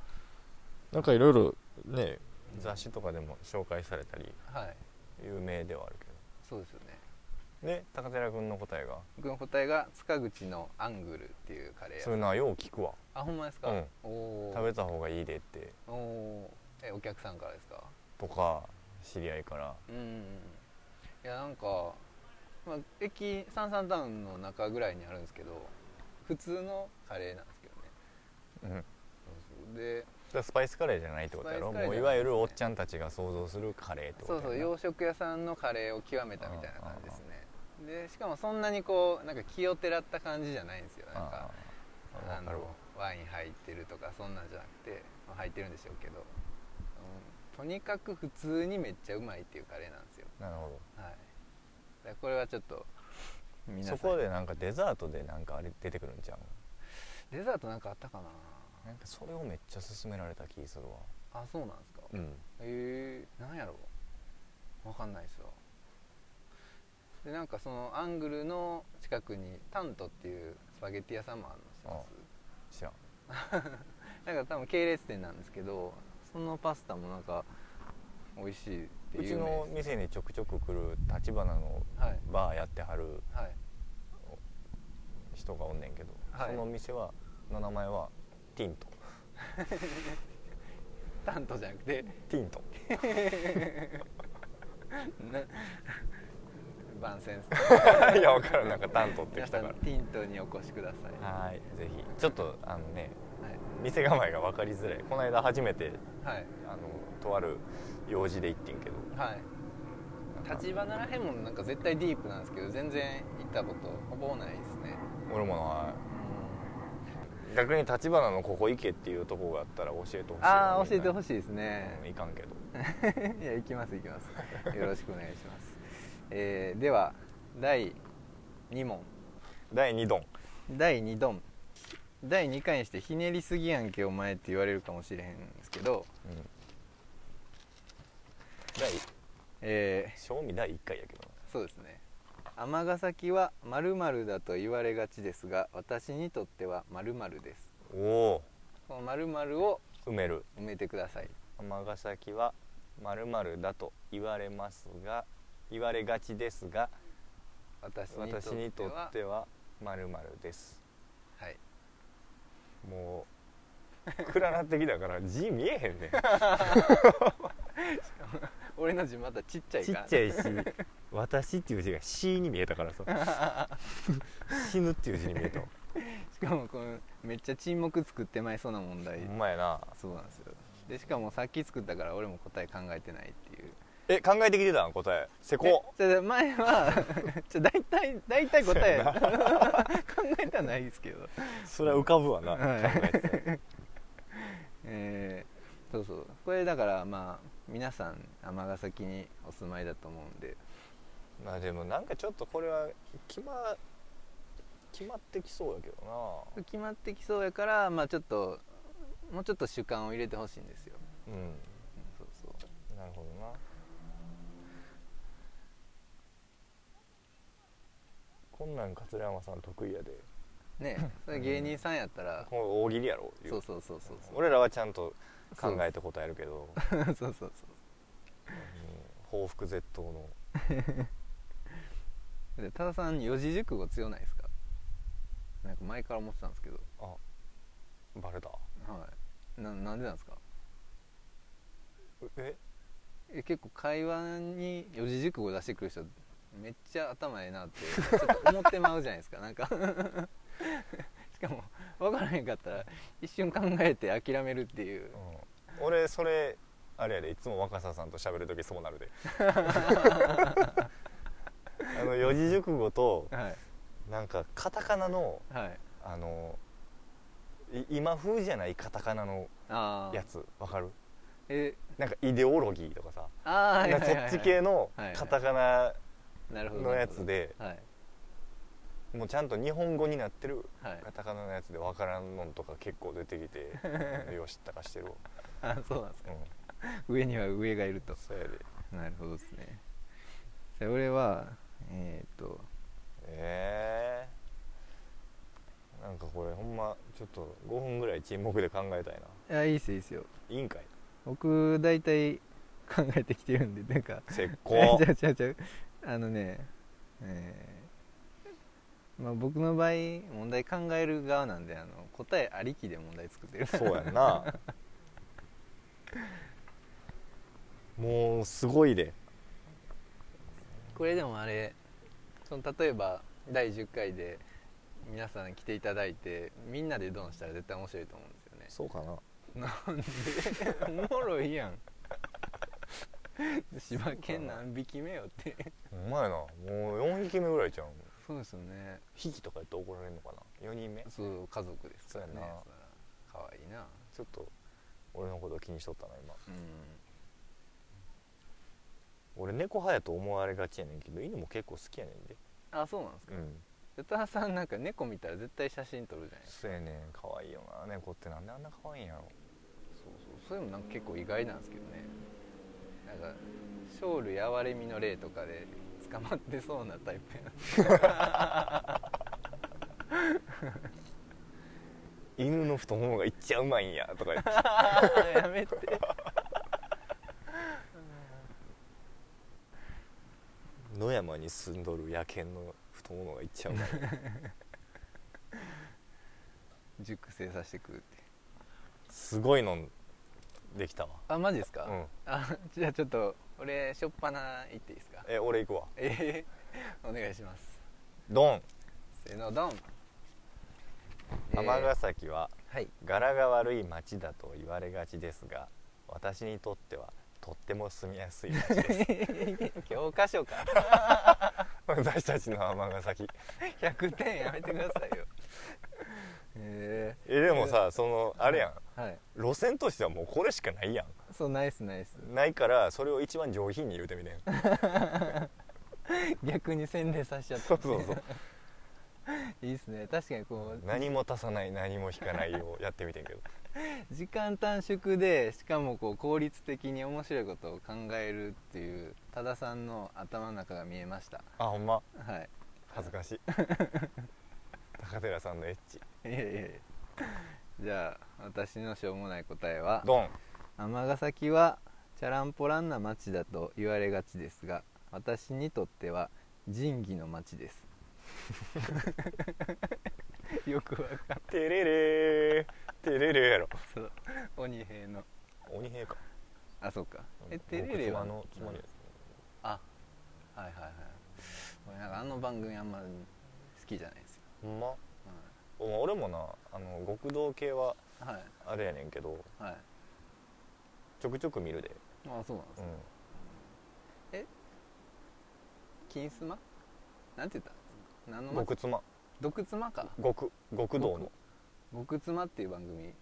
Speaker 2: なんかいろいろね雑誌とかでも紹介されたり
Speaker 1: はい
Speaker 2: 有名ではあるけ
Speaker 1: そうですよね
Speaker 2: どで高寺君の答えが
Speaker 1: 僕の答えが塚口のアングルっていうカレー屋
Speaker 2: それなよう聞くわ
Speaker 1: あほんまですか、
Speaker 2: うん
Speaker 1: おお
Speaker 2: 食べた方がいいでって
Speaker 1: おおーえお客さんからですか
Speaker 2: とか知り合いから
Speaker 1: うんいやなんか、まあ、駅サンサンタウンの中ぐらいにあるんですけど普通のカレーなんですけどね
Speaker 2: うん
Speaker 1: そうそうで
Speaker 2: だからスパイスカレーじゃないってことやろ
Speaker 1: スパイス
Speaker 2: も
Speaker 1: カレ
Speaker 2: う
Speaker 1: ー
Speaker 2: い
Speaker 1: じゃな
Speaker 2: わ
Speaker 1: い
Speaker 2: ゆるおっちゃんたちが想像するカレーってこと
Speaker 1: そ
Speaker 2: や
Speaker 1: う
Speaker 2: な
Speaker 1: そう洋食屋さんのカレーを極めたみたいな感じですねでしかもそんなにこうなんか気をてらった感じじゃないんですよなんか
Speaker 2: あー
Speaker 1: あ
Speaker 2: わかるわ
Speaker 1: のワイン入ってるとかそんなんじゃなくて、まあ入ってるんでしょうけど、うんとにかく普通にめっちゃうまいっていうカレーなんですよ
Speaker 2: なるほ
Speaker 1: はいだからこれはちょっと
Speaker 2: ど
Speaker 1: 皆さ
Speaker 2: そ
Speaker 1: ん
Speaker 2: こでなんかデザートでなんかあれ出てくるんちゃう
Speaker 1: デザートなんかあったかな
Speaker 2: なんかそれをめっちゃ勧められた気するわ
Speaker 1: あそうなんですか、
Speaker 2: うん
Speaker 1: えー、なんやろうわかんないっすわでなんかそのアングルの近くにタントっていうスパゲッティ屋さんもあるんですよ
Speaker 2: 知らん
Speaker 1: なんか多分系列店なんですけどそのパスタもなんか美味しいって
Speaker 2: うち
Speaker 1: 有名
Speaker 2: の
Speaker 1: です
Speaker 2: 店にちょくちょく来る立花の
Speaker 1: はい
Speaker 2: バーやってはる
Speaker 1: はい
Speaker 2: 人がおんねんけど、
Speaker 1: はい
Speaker 2: その店はの名前はティント
Speaker 1: タントじゃなくて
Speaker 2: ティント
Speaker 1: な番宣です
Speaker 2: いや分からんなんかタントって
Speaker 1: 皆
Speaker 2: き
Speaker 1: さ
Speaker 2: た
Speaker 1: ん
Speaker 2: から
Speaker 1: ティントにお越しください、は
Speaker 2: はいぜひちょっとあのね
Speaker 1: い
Speaker 2: 店構えが分かりづらいこの間初めて
Speaker 1: はい
Speaker 2: あのとある用事で行ってんけど
Speaker 1: はい立花らへんもなんか絶対ディープなんですけど全然行ったことほぼないですね
Speaker 2: 俺もな逆に立花のここ行けっていうとこがあったら教えてほしい
Speaker 1: ああ教えてほ
Speaker 2: い
Speaker 1: しいですね、
Speaker 2: いかんけど
Speaker 1: いや行きます行きますよろしくお願いします、えーでは第2問
Speaker 2: 第2弾
Speaker 1: 第2ドン第2回にしてひねりすぎやんけお前って言われるかもしれへんですけど
Speaker 2: うん第
Speaker 1: えー
Speaker 2: 賞味第1回やけど
Speaker 1: そうですね尼崎は〇〇だと言われがちですが私にとっては〇〇です
Speaker 2: なおお
Speaker 1: この〇〇を
Speaker 2: 埋める
Speaker 1: 埋めてください
Speaker 2: 尼崎は〇〇だと言われますが言われがちですが
Speaker 1: 私にとって
Speaker 2: 私
Speaker 1: は
Speaker 2: にとっては〇〇です
Speaker 1: はい
Speaker 2: もう暗なってきたか ら字見えへんねん
Speaker 1: 俺の字まだちっちゃい
Speaker 2: ち
Speaker 1: か
Speaker 2: っ
Speaker 1: ら
Speaker 2: ちゃいし「私」っていう字が「死」に見えたからさ 「死ぬ」っていう字に見えたわ
Speaker 1: しかもこのめっちゃ沈黙作ってまいそうな問題、
Speaker 2: ほんまやな
Speaker 1: そうなんですよでしかもさっき作ったから俺も答え考えてないっていう
Speaker 2: え考えてきてたん答えせこ
Speaker 1: えじゃあ前は ちょ大体大体答え
Speaker 2: そ
Speaker 1: 考 えてはないですけど
Speaker 2: それは浮かぶわな考
Speaker 1: はい
Speaker 2: えてたら
Speaker 1: えーそうそうこれだからまあ皆さん尼崎にお住まいだと思うんで
Speaker 2: まあでもなんかちょっとこれは決ま決まってきそうやけど
Speaker 1: 決まってきそうやからまあちょっともうちょっと主観を入れてほしいんですよ、
Speaker 2: なうん
Speaker 1: うんそうそう
Speaker 2: なるほどなこんなん桂山さん得意やで
Speaker 1: ねそれ芸人さんやったら、
Speaker 2: もう大喜利やろ言う
Speaker 1: そうそうそうそう
Speaker 2: 俺らはちゃんと考えて答えるけど
Speaker 1: そうそうそうそう
Speaker 2: 報復絶倒の
Speaker 1: で多田さん四字熟語強ないですかなんか前から思ってたんですけど
Speaker 2: あバレた
Speaker 1: はいななんでなんですか
Speaker 2: え
Speaker 1: え結構会話に四字熟語出してくる人めっちゃ頭ええなってちょっと思ってまうじゃないですかなんか しかも分からへんかったら一瞬考えて諦めるっていう
Speaker 2: うん、俺それあれやでいつも若狭さんと喋る時そうな るであの四字熟語と
Speaker 1: はい
Speaker 2: なんかカタカナの
Speaker 1: はい
Speaker 2: あのい今風じゃないカタカナの
Speaker 1: ああ
Speaker 2: やつわかる
Speaker 1: え
Speaker 2: なんかイデオロギーとかさ
Speaker 1: ああ
Speaker 2: なんかそっち系の
Speaker 1: はいはい
Speaker 2: カタカナ
Speaker 1: なるほど
Speaker 2: のやつで
Speaker 1: はい
Speaker 2: もうちゃんと日本語になってる
Speaker 1: はい
Speaker 2: カタカナのやつでわからんのんとか結構出てきてよしったかしてるわ、
Speaker 1: あそうなんですか
Speaker 2: うん、
Speaker 1: 上には上がいると
Speaker 2: そうやで
Speaker 1: なるほどですねそれはえー、っと
Speaker 2: えー、なんかこれほんまちょっと5分ぐらい沈黙で考えたいない
Speaker 1: やいいっすよいいっすよ
Speaker 2: いいんかい
Speaker 1: 僕大体考えてきてるんでなんか
Speaker 2: せっ こ
Speaker 1: 違う違う違うあのねえーまあ、僕の場合問題考える側なんであの答えありきで問題作ってる
Speaker 2: そうやんなもうすごいで
Speaker 1: これでもあれその例えば第10回で皆さん来ていただいてみんなでドンしたら絶対面白いと思うんですよね
Speaker 2: そうかな
Speaker 1: なんでおもろいやん柴犬何匹目よって
Speaker 2: お前なもう4匹目ぐらいちゃうん
Speaker 1: そうですよね
Speaker 2: 匹とかやったら怒られるのかな4人目
Speaker 1: そう家族ですからね
Speaker 2: そうやな
Speaker 1: そら可愛いな
Speaker 2: ちょっと俺のこと気にしとったな今
Speaker 1: う
Speaker 2: 俺猫派やと思われがちやねんけど犬も結構好きやねんで
Speaker 1: んあそうなんですか
Speaker 2: うん
Speaker 1: 宇多田さんなんか猫見たら絶対写真撮るじゃないですか
Speaker 2: そうやねん可愛いよな猫ってなんであんな可愛いんやろ
Speaker 1: そうそうそれもなんか結構意外なんですけどねなんかショールやわれみの霊とかで捕まってそうなタイプやな
Speaker 2: 犬の太ももがいっちゃうまいんやとか言って
Speaker 1: や めて
Speaker 2: 野山に住んどる野犬の太ももがいっちゃうまいんや
Speaker 1: 熟成させてくるって
Speaker 2: すごいのできたわ
Speaker 1: あマジですか、
Speaker 2: うん
Speaker 1: あじゃあちょっと俺しょっぱな行っていいですか
Speaker 2: え俺行くわ
Speaker 1: えー、お願いします
Speaker 2: ドン
Speaker 1: せーのドンえー
Speaker 2: 尼崎は
Speaker 1: はい
Speaker 2: 柄が悪い町だと言われがちですが私にとってはとっても住みやすい町です
Speaker 1: 教科書か
Speaker 2: 私たちの尼崎
Speaker 1: 100点やめてくださいよえ
Speaker 2: えでもさそのあれやん
Speaker 1: ー、はい
Speaker 2: 路線としてはもうこれしかないやん
Speaker 1: そうナイスナ イス
Speaker 2: ないからそれを一番上品に言うてみてん
Speaker 1: 逆に洗礼させちゃった
Speaker 2: そうそうそう
Speaker 1: いいですね確かにこう
Speaker 2: 何も足さない何も引かないをやってみてんけど
Speaker 1: 時間短縮でしかもこう効率的に面白いことを考えるっていう多田さんの頭の中が見えました
Speaker 2: あほんま
Speaker 1: はい
Speaker 2: 恥ずかしい高寺さんのエッチ
Speaker 1: いやいやいやじゃあ私のしょうもない答えは
Speaker 2: ドン
Speaker 1: 尼崎はチャランポランな町だと言われがちですが私にとっては仁義の町です よくわかる
Speaker 2: テレレーテレレーやろ
Speaker 1: そう鬼兵の
Speaker 2: 鬼平か
Speaker 1: あそうかえテレレは
Speaker 2: あのつまり
Speaker 1: あはいはいはい俺なんかあの番組あんま好きじゃないですよ、
Speaker 2: ほんまお俺もなあの極道系は
Speaker 1: うん、はい
Speaker 2: あれやねんけど
Speaker 1: はい
Speaker 2: ちょくちょく見るで
Speaker 1: あそうなんです
Speaker 2: う
Speaker 1: か
Speaker 2: ん
Speaker 1: 金スマなんて言った何の
Speaker 2: 極妻
Speaker 1: 毒妻か
Speaker 2: 極極道の
Speaker 1: 極妻っていう番組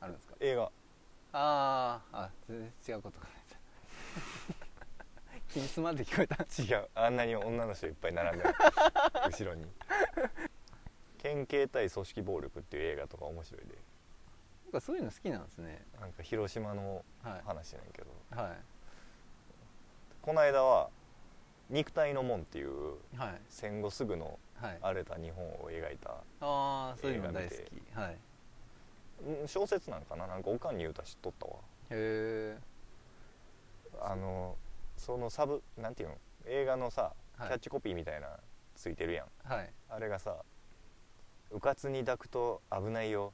Speaker 1: あるんですか
Speaker 2: 映画
Speaker 1: あーあ全然違うこと考えた金スマって聞こえた
Speaker 2: 違うあんなに女の人いっぱい並んでる後ろに県警対組織暴力っていう映画とか面白いで
Speaker 1: なんかそういうの好きなんですね
Speaker 2: なんか広島の
Speaker 1: はい
Speaker 2: 話やねんけど
Speaker 1: はい
Speaker 2: この間は肉体の門っていう
Speaker 1: はい
Speaker 2: 戦後すぐの
Speaker 1: はいあ
Speaker 2: 荒れた日本を描いた
Speaker 1: あーそういうの大好き
Speaker 2: 映画
Speaker 1: はいへ
Speaker 2: うん小説なんかななんかおかんに言うたしとったわ
Speaker 1: え
Speaker 2: あのそのサブなんていうの映画のさキ
Speaker 1: はい
Speaker 2: ャッチコピーみたいなついてるやん、
Speaker 1: はい
Speaker 2: あれがさ「うかつに抱くと危ないよ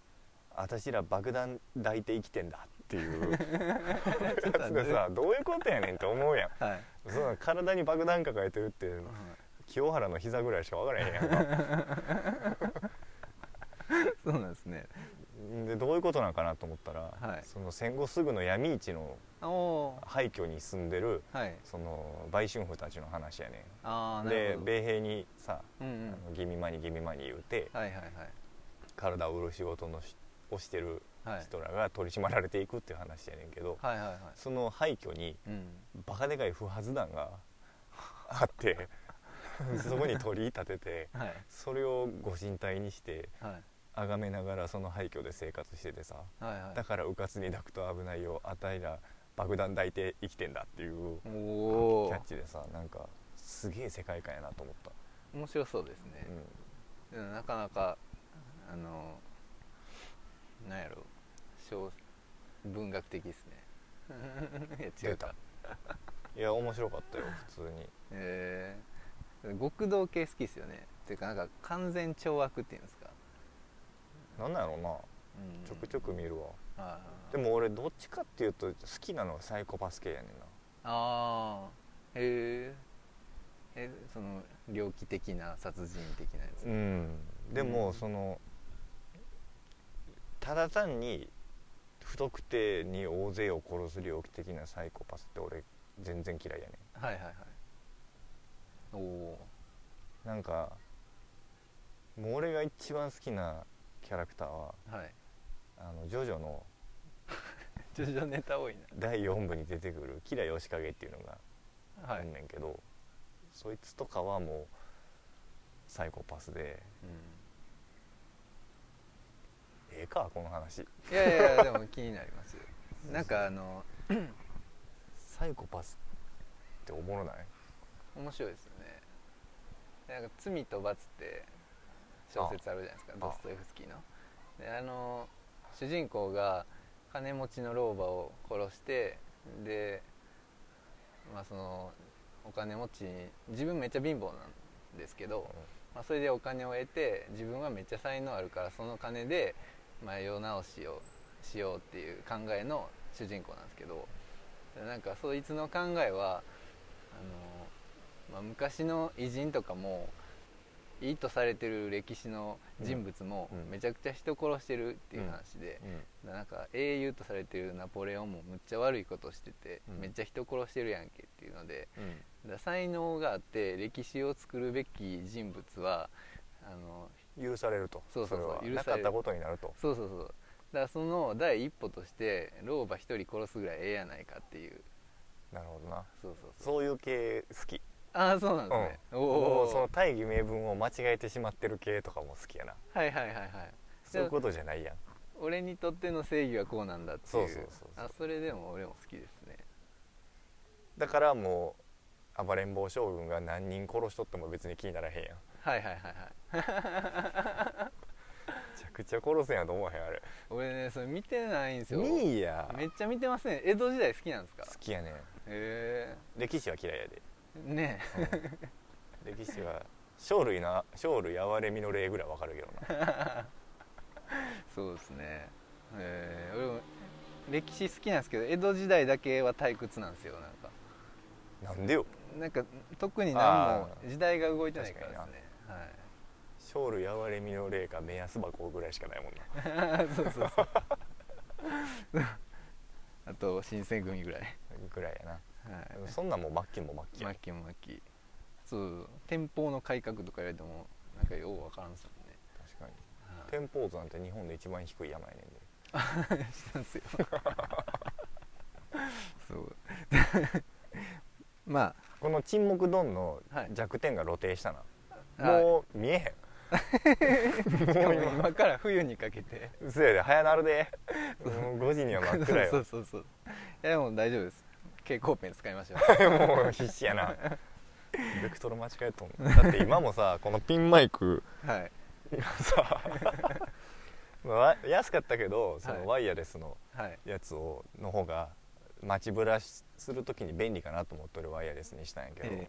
Speaker 2: 私ら爆弾抱いて生きてんだ」っていうや
Speaker 1: ちょっと待
Speaker 2: つ
Speaker 1: っ
Speaker 2: が
Speaker 1: て
Speaker 2: さどういうことやねんって思うやん
Speaker 1: はい
Speaker 2: そんなん体に爆弾抱えてるって清原の膝ぐらいしか分からへんやんか
Speaker 1: そうなんですね
Speaker 2: でどういうことなんかなと思ったら、
Speaker 1: はい
Speaker 2: その戦後すぐの闇市の
Speaker 1: おお
Speaker 2: 廃墟に住んでる
Speaker 1: ーはい
Speaker 2: その売春婦たちの話やね
Speaker 1: ああ
Speaker 2: ん
Speaker 1: なる
Speaker 2: で
Speaker 1: ほど
Speaker 2: 米兵にさ
Speaker 1: うんう
Speaker 2: 「あ
Speaker 1: ん
Speaker 2: のギミマニギミマニ」言うて
Speaker 1: はいはい
Speaker 2: 体を売る仕事のしをしてる
Speaker 1: はいはい
Speaker 2: 人らが取り締まられていくっていう話やねんけど、
Speaker 1: はいはいは
Speaker 2: その廃墟に
Speaker 1: いうん
Speaker 2: バカでかい不発弾 があってそこに鳥居立てて
Speaker 1: はい
Speaker 2: それをご神体にして
Speaker 1: はい
Speaker 2: 崇めながらその廃墟で生活しててさ
Speaker 1: はいはい
Speaker 2: だからうかつに抱くと危ないよあたいら爆弾抱いて生きてんだっていう
Speaker 1: お
Speaker 2: キ
Speaker 1: お
Speaker 2: ャッチでさなんかすげえ世界観やなと思った、
Speaker 1: 面白そうですね
Speaker 2: うん
Speaker 1: うんなかなかあのなんやろ小文学的ですね いや違う
Speaker 2: 出
Speaker 1: か
Speaker 2: たいや面白かったよ普通に
Speaker 1: えー、極道系好きですよねっていうかなんか完全懲悪っていうんですか、
Speaker 2: なんなんやろうな
Speaker 1: うん
Speaker 2: ちょくちょく見るわ、
Speaker 1: あ
Speaker 2: で
Speaker 1: も
Speaker 2: も俺どっちかっていうと好きなのはサイコパス系やねんな
Speaker 1: ああへええその猟奇的な殺人的なやつ、
Speaker 2: うんで
Speaker 1: う
Speaker 2: も
Speaker 1: ん
Speaker 2: そのただ単に不特定に大勢を殺す猟奇的なサイコパスって俺全然嫌いやね
Speaker 1: はいはいはいおお
Speaker 2: んなんかもう俺が一番好きなキャラクターは
Speaker 1: はい
Speaker 2: あのジョジョの
Speaker 1: 徐々ネタ多い
Speaker 2: 第4部に出てくる吉良義景っていうのが
Speaker 1: な
Speaker 2: あ
Speaker 1: はい、
Speaker 2: んねんけど、そいつとかはもうサイコパスで
Speaker 1: う
Speaker 2: ええかこの話
Speaker 1: ん、いやいやいやでも気になりますよなんかあの
Speaker 2: サイコパスっておもろない
Speaker 1: 面白いですよねなんか「罪と罰」って小説あるじゃないですかドストエフスキーのであの主人公が金持ちの老婆を殺してでまあそのお金持ち自分めっちゃ貧乏なんですけど、まあ、それでお金を得て自分はめっちゃ才能あるからその金で、まあ、世直しをしようっていう考えの主人公なんですけどなんかそいつの考えはあの、まあ、昔の偉人とかもいいとされてる歴史の人物も
Speaker 2: うんうん
Speaker 1: めちゃくちゃ人殺してるっていう話で、
Speaker 2: うん
Speaker 1: なんか英雄とされてるナポレオンもむっちゃ悪いことしてて、
Speaker 2: うん
Speaker 1: めっちゃ人殺してるやんけっていうので
Speaker 2: うん
Speaker 1: だから才能があって歴史を作るべき人物はあの
Speaker 2: 許されると
Speaker 1: そうそうそう
Speaker 2: れは
Speaker 1: 許
Speaker 2: な
Speaker 1: さ
Speaker 2: か
Speaker 1: れ
Speaker 2: っ
Speaker 1: る
Speaker 2: たことになると
Speaker 1: そうそうそうだからその第一歩として老婆一人殺すぐらいええやないかっていう
Speaker 2: なるほどな
Speaker 1: そうそうそう
Speaker 2: そういう系好き
Speaker 1: ああそうなんですね、
Speaker 2: うん
Speaker 1: お
Speaker 2: も
Speaker 1: お
Speaker 2: うその大義名分を間違えてしまってる系とかも好きやな
Speaker 1: はいはいはいはい
Speaker 2: そういうことじゃないやん
Speaker 1: 俺にとっての正義はこうなんだっていう
Speaker 2: そうそうそうそう
Speaker 1: あそれでも俺も好きですね
Speaker 2: だからもう暴れん坊将軍が何人殺しとっても別に気にならへんやん
Speaker 1: はいはいはいはい
Speaker 2: めちゃくちゃ殺せんやんと思わへんあれ
Speaker 1: 俺ねそれ見てないんですよ
Speaker 2: ミーや
Speaker 1: めっちゃ見てますね江戸時代好きなんですか
Speaker 2: 好きやねん
Speaker 1: へ
Speaker 2: 歴史は嫌いやで
Speaker 1: えね
Speaker 2: 歴史は 生類な生類哀れみの例ぐらいわかるけどな
Speaker 1: えそうですねええ俺も歴史好きなんですけど江戸時代だけは退屈なんですよなんか
Speaker 2: なんでよ
Speaker 1: なんか特に何も
Speaker 2: あー
Speaker 1: 時代が動いてないからです
Speaker 2: 確
Speaker 1: ねはい
Speaker 2: 生類哀れみの霊か目安箱ぐらいしかないもんな
Speaker 1: そうそうそうあと新選組ぐらい、
Speaker 2: ぐらいや
Speaker 1: はい
Speaker 2: なそんなんもう末期も末期や
Speaker 1: 巻き巻きそう天保の改革とか言われてもなんかようわからんっすもんね
Speaker 2: 確かに
Speaker 1: はい
Speaker 2: 天保山って日本で一番低い山やねんで
Speaker 1: したんですよそう ま
Speaker 2: この沈黙ドンの
Speaker 1: はい
Speaker 2: 弱点が露呈したな、
Speaker 1: あ
Speaker 2: もう見え
Speaker 1: うしかも今から冬にかけて
Speaker 2: へんうそやで早なるでもう5時には真っ暗 よ
Speaker 1: そう そうそういやでも大丈夫です蛍光ペン使いましょう
Speaker 2: もう必死やなベクトル間違えとんのだって今もさこのピンマイク
Speaker 1: はい
Speaker 2: がさわ安かったけどそ
Speaker 1: は
Speaker 2: の
Speaker 1: い
Speaker 2: ワイヤレスの
Speaker 1: はい
Speaker 2: やつをの方が待ちぶらしする時に便利かなと思って俺ワイヤレスにしたんやけど、
Speaker 1: え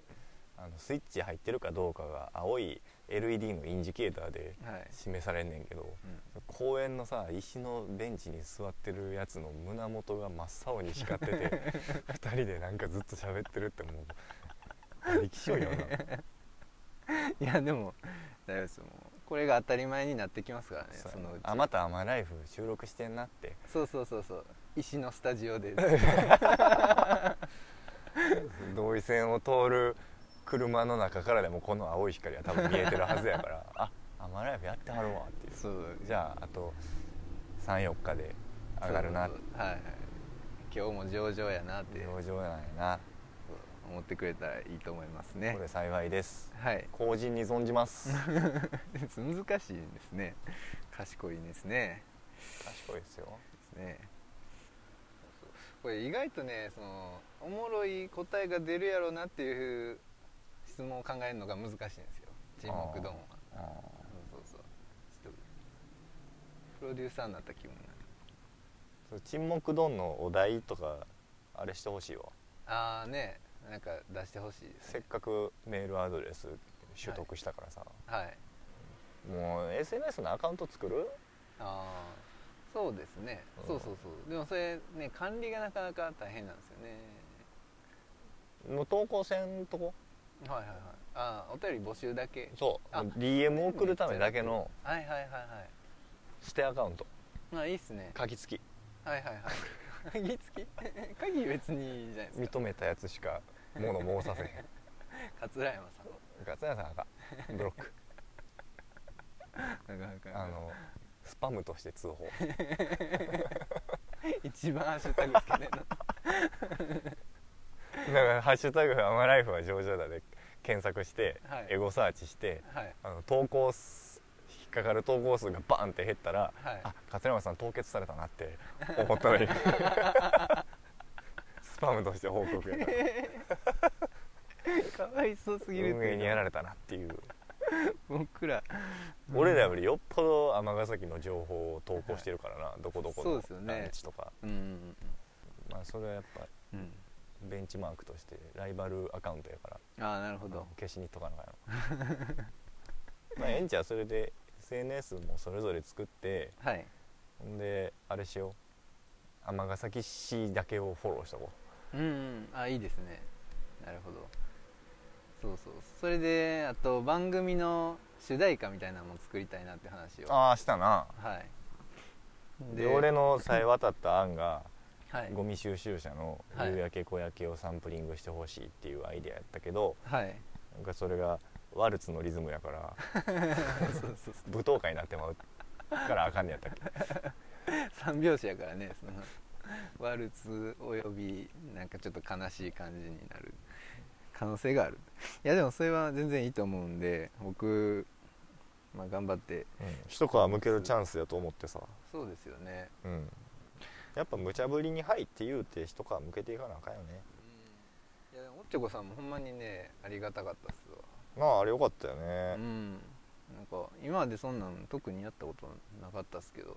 Speaker 2: あのスイッチ入ってるかどうかが青い LED のインジケーターで
Speaker 1: えはい
Speaker 2: 示されんねんけど、
Speaker 1: うん
Speaker 2: 公園のさ石のベンチに座ってるやつの胸元が真っ青に光ってて 二人でなんかずっと喋ってるってもう力士よな
Speaker 1: いやでも大丈夫ですもうこれが当たり前になってきますからね
Speaker 2: そ う
Speaker 1: そのうち
Speaker 2: あまた「アマライフ」収録してんなって
Speaker 1: そうそうそうそう石のスタジオ で
Speaker 2: 同意線を通る車の中からでもこの青い光は多分見えてるはずや からあアマライフやってはるわっていう
Speaker 1: そう
Speaker 2: じゃああと34日で上がるな
Speaker 1: そうそうはいはい今日も上々やなって
Speaker 2: 上場やないな
Speaker 1: 思ってくれたらいいと思いますね
Speaker 2: これ幸いです
Speaker 1: はい
Speaker 2: 後人に存じます
Speaker 1: 難しいんですね賢いんですね
Speaker 2: 賢いですよ
Speaker 1: ですねこれ意外とねそのおもろい答えが出るやろうなっていう質問を考えるのが難しいんですよ沈黙ドンは
Speaker 2: あ
Speaker 1: そ
Speaker 2: ー
Speaker 1: うそうそうちょっとプロデューサーになった気分になる
Speaker 2: そう沈黙ドンのお題とかあれしてほしいわ
Speaker 1: ああねなんか出してほしいです
Speaker 2: せっ
Speaker 1: ね
Speaker 2: かくメールアドレス取得したからさ、
Speaker 1: はい
Speaker 2: もう SNS のアカウント作る
Speaker 1: ああそうですね
Speaker 2: うん
Speaker 1: そうそうそうでもそれね管理がなかなか大変なんですよね
Speaker 2: の投稿せんとこ
Speaker 1: はいはいはいああお便り募集だけ
Speaker 2: そう
Speaker 1: あ
Speaker 2: DM を送るためだけの
Speaker 1: はいはいはいはい
Speaker 2: 捨てアカウント
Speaker 1: まあいいっすね
Speaker 2: 書きつき
Speaker 1: はいはいはい鍵付き 鍵別にいいじゃないですか
Speaker 2: 認めたやつしか物申させへ ん
Speaker 1: 桂山さん
Speaker 2: 勝谷さんあかんブロッ
Speaker 1: な
Speaker 2: ク
Speaker 1: かなか
Speaker 2: あのスパムとして通報
Speaker 1: 一番ハッシュタグつけてる
Speaker 2: だから「ハッシュタグアマライフは上々だ」で検索して、
Speaker 1: はい
Speaker 2: エゴサーチして
Speaker 1: のはい
Speaker 2: あの投稿す引っかかる投稿数がバーンって減ったら、
Speaker 1: はい
Speaker 2: あ勝山さん凍結されたなって思ったのにスパムとして報告やから
Speaker 1: かわいそうすぎるっていうか
Speaker 2: 運営にやられたなっていう、
Speaker 1: 僕ら
Speaker 2: 俺らよりよっぽど尼崎の情報を投稿してるからな、どこどこ
Speaker 1: そう
Speaker 2: の
Speaker 1: ですよね
Speaker 2: ランチとか、
Speaker 1: うん
Speaker 2: まあ、それはやっぱ
Speaker 1: うん
Speaker 2: ベンチマークとしてライバルアカウントやから
Speaker 1: ああなるほど
Speaker 2: 消しにとかなあかんやろ まあエンチはそれで SNS もそれぞれ作って
Speaker 1: はい
Speaker 2: ほんであれしよう尼崎市だけをフォローしとこ
Speaker 1: うんうんあいいですねなるほどそうそうそれであと番組の主題歌みたいなのも作りたいなって話
Speaker 2: う
Speaker 1: をは
Speaker 2: ああしたないで俺のさえ渡った案が
Speaker 1: はい
Speaker 2: ゴミ収集車の
Speaker 1: はい
Speaker 2: 夕焼け小焼けをサンプリングしてほしいっていうアイデアやったけど
Speaker 1: はい
Speaker 2: なんかそれがワルツのリズムやから
Speaker 1: そうそうそう
Speaker 2: 舞踏会になってまうからあかんねやったっけ
Speaker 1: 三拍子やからねそのワルツおよびなんかちょっと悲しい感じになる可能性があるいやでもそれは全然いいと思うんで僕、まあ、頑張って
Speaker 2: 一皮むけるチャンスやと思ってさ
Speaker 1: そうですよね
Speaker 2: うんやっぱ無茶ぶりに「はい」って言うて一皮むけていかなあかんよね
Speaker 1: いやでもおっちょこさんもほんまにねありがたかったっすわ
Speaker 2: まああれよかったよ
Speaker 1: う
Speaker 2: ね、
Speaker 1: んなんか今までそんなん特にやったことなかったっすけど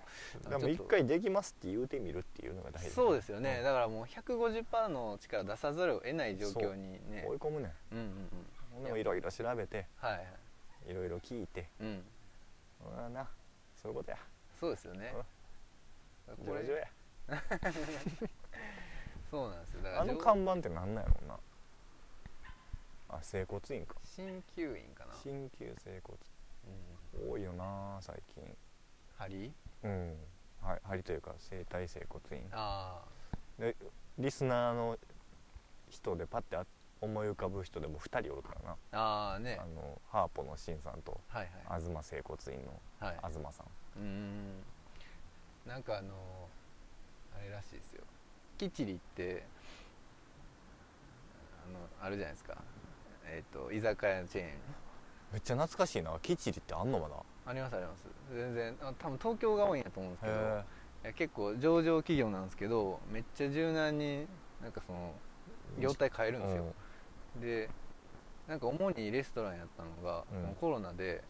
Speaker 2: でも
Speaker 1: ちょっ
Speaker 2: 一
Speaker 1: と
Speaker 2: 回できますって言うてみるっていうのが大事
Speaker 1: そうですよね、
Speaker 2: うん
Speaker 1: だからもう150%の力出さざるを得ない状況にね
Speaker 2: 追い込むね
Speaker 1: う
Speaker 2: ん
Speaker 1: んうんうん
Speaker 2: ほんでもいろいろ調べて
Speaker 1: はいはい
Speaker 2: いろいろ聞いて
Speaker 1: うん
Speaker 2: まあなそういうことや
Speaker 1: そうですよね
Speaker 2: 上
Speaker 1: これ
Speaker 2: 々や
Speaker 1: そうなんですよだから
Speaker 2: あの看板ってなんなんやろうなあ整骨院か
Speaker 1: 鍼灸院かな、うん、
Speaker 2: 鍼灸整骨多いよな最近
Speaker 1: 針
Speaker 2: うんは針というか整体整骨院
Speaker 1: あ
Speaker 2: でリスナーの人でパッてあ思い浮かぶ人でも2人おるからな
Speaker 1: あああね
Speaker 2: あのハーポのしんさんと
Speaker 1: はいは
Speaker 2: 東整骨院の
Speaker 1: いはい
Speaker 2: 東さん
Speaker 1: うーんなんかあのあれらしいですよキチリってあのあるじゃないですかえっ、と居酒屋のチェーン
Speaker 2: めっちゃ懐かしいなキチリってあんのまだ
Speaker 1: ありますあります全然あ多分東京が多いんやと思うんですけど
Speaker 2: へ
Speaker 1: いや結構上場企業なんですけどめっちゃ柔軟になんかその業態変えるんですよ、でなんか主にレストランやったのが、
Speaker 2: うん
Speaker 1: もうコロナで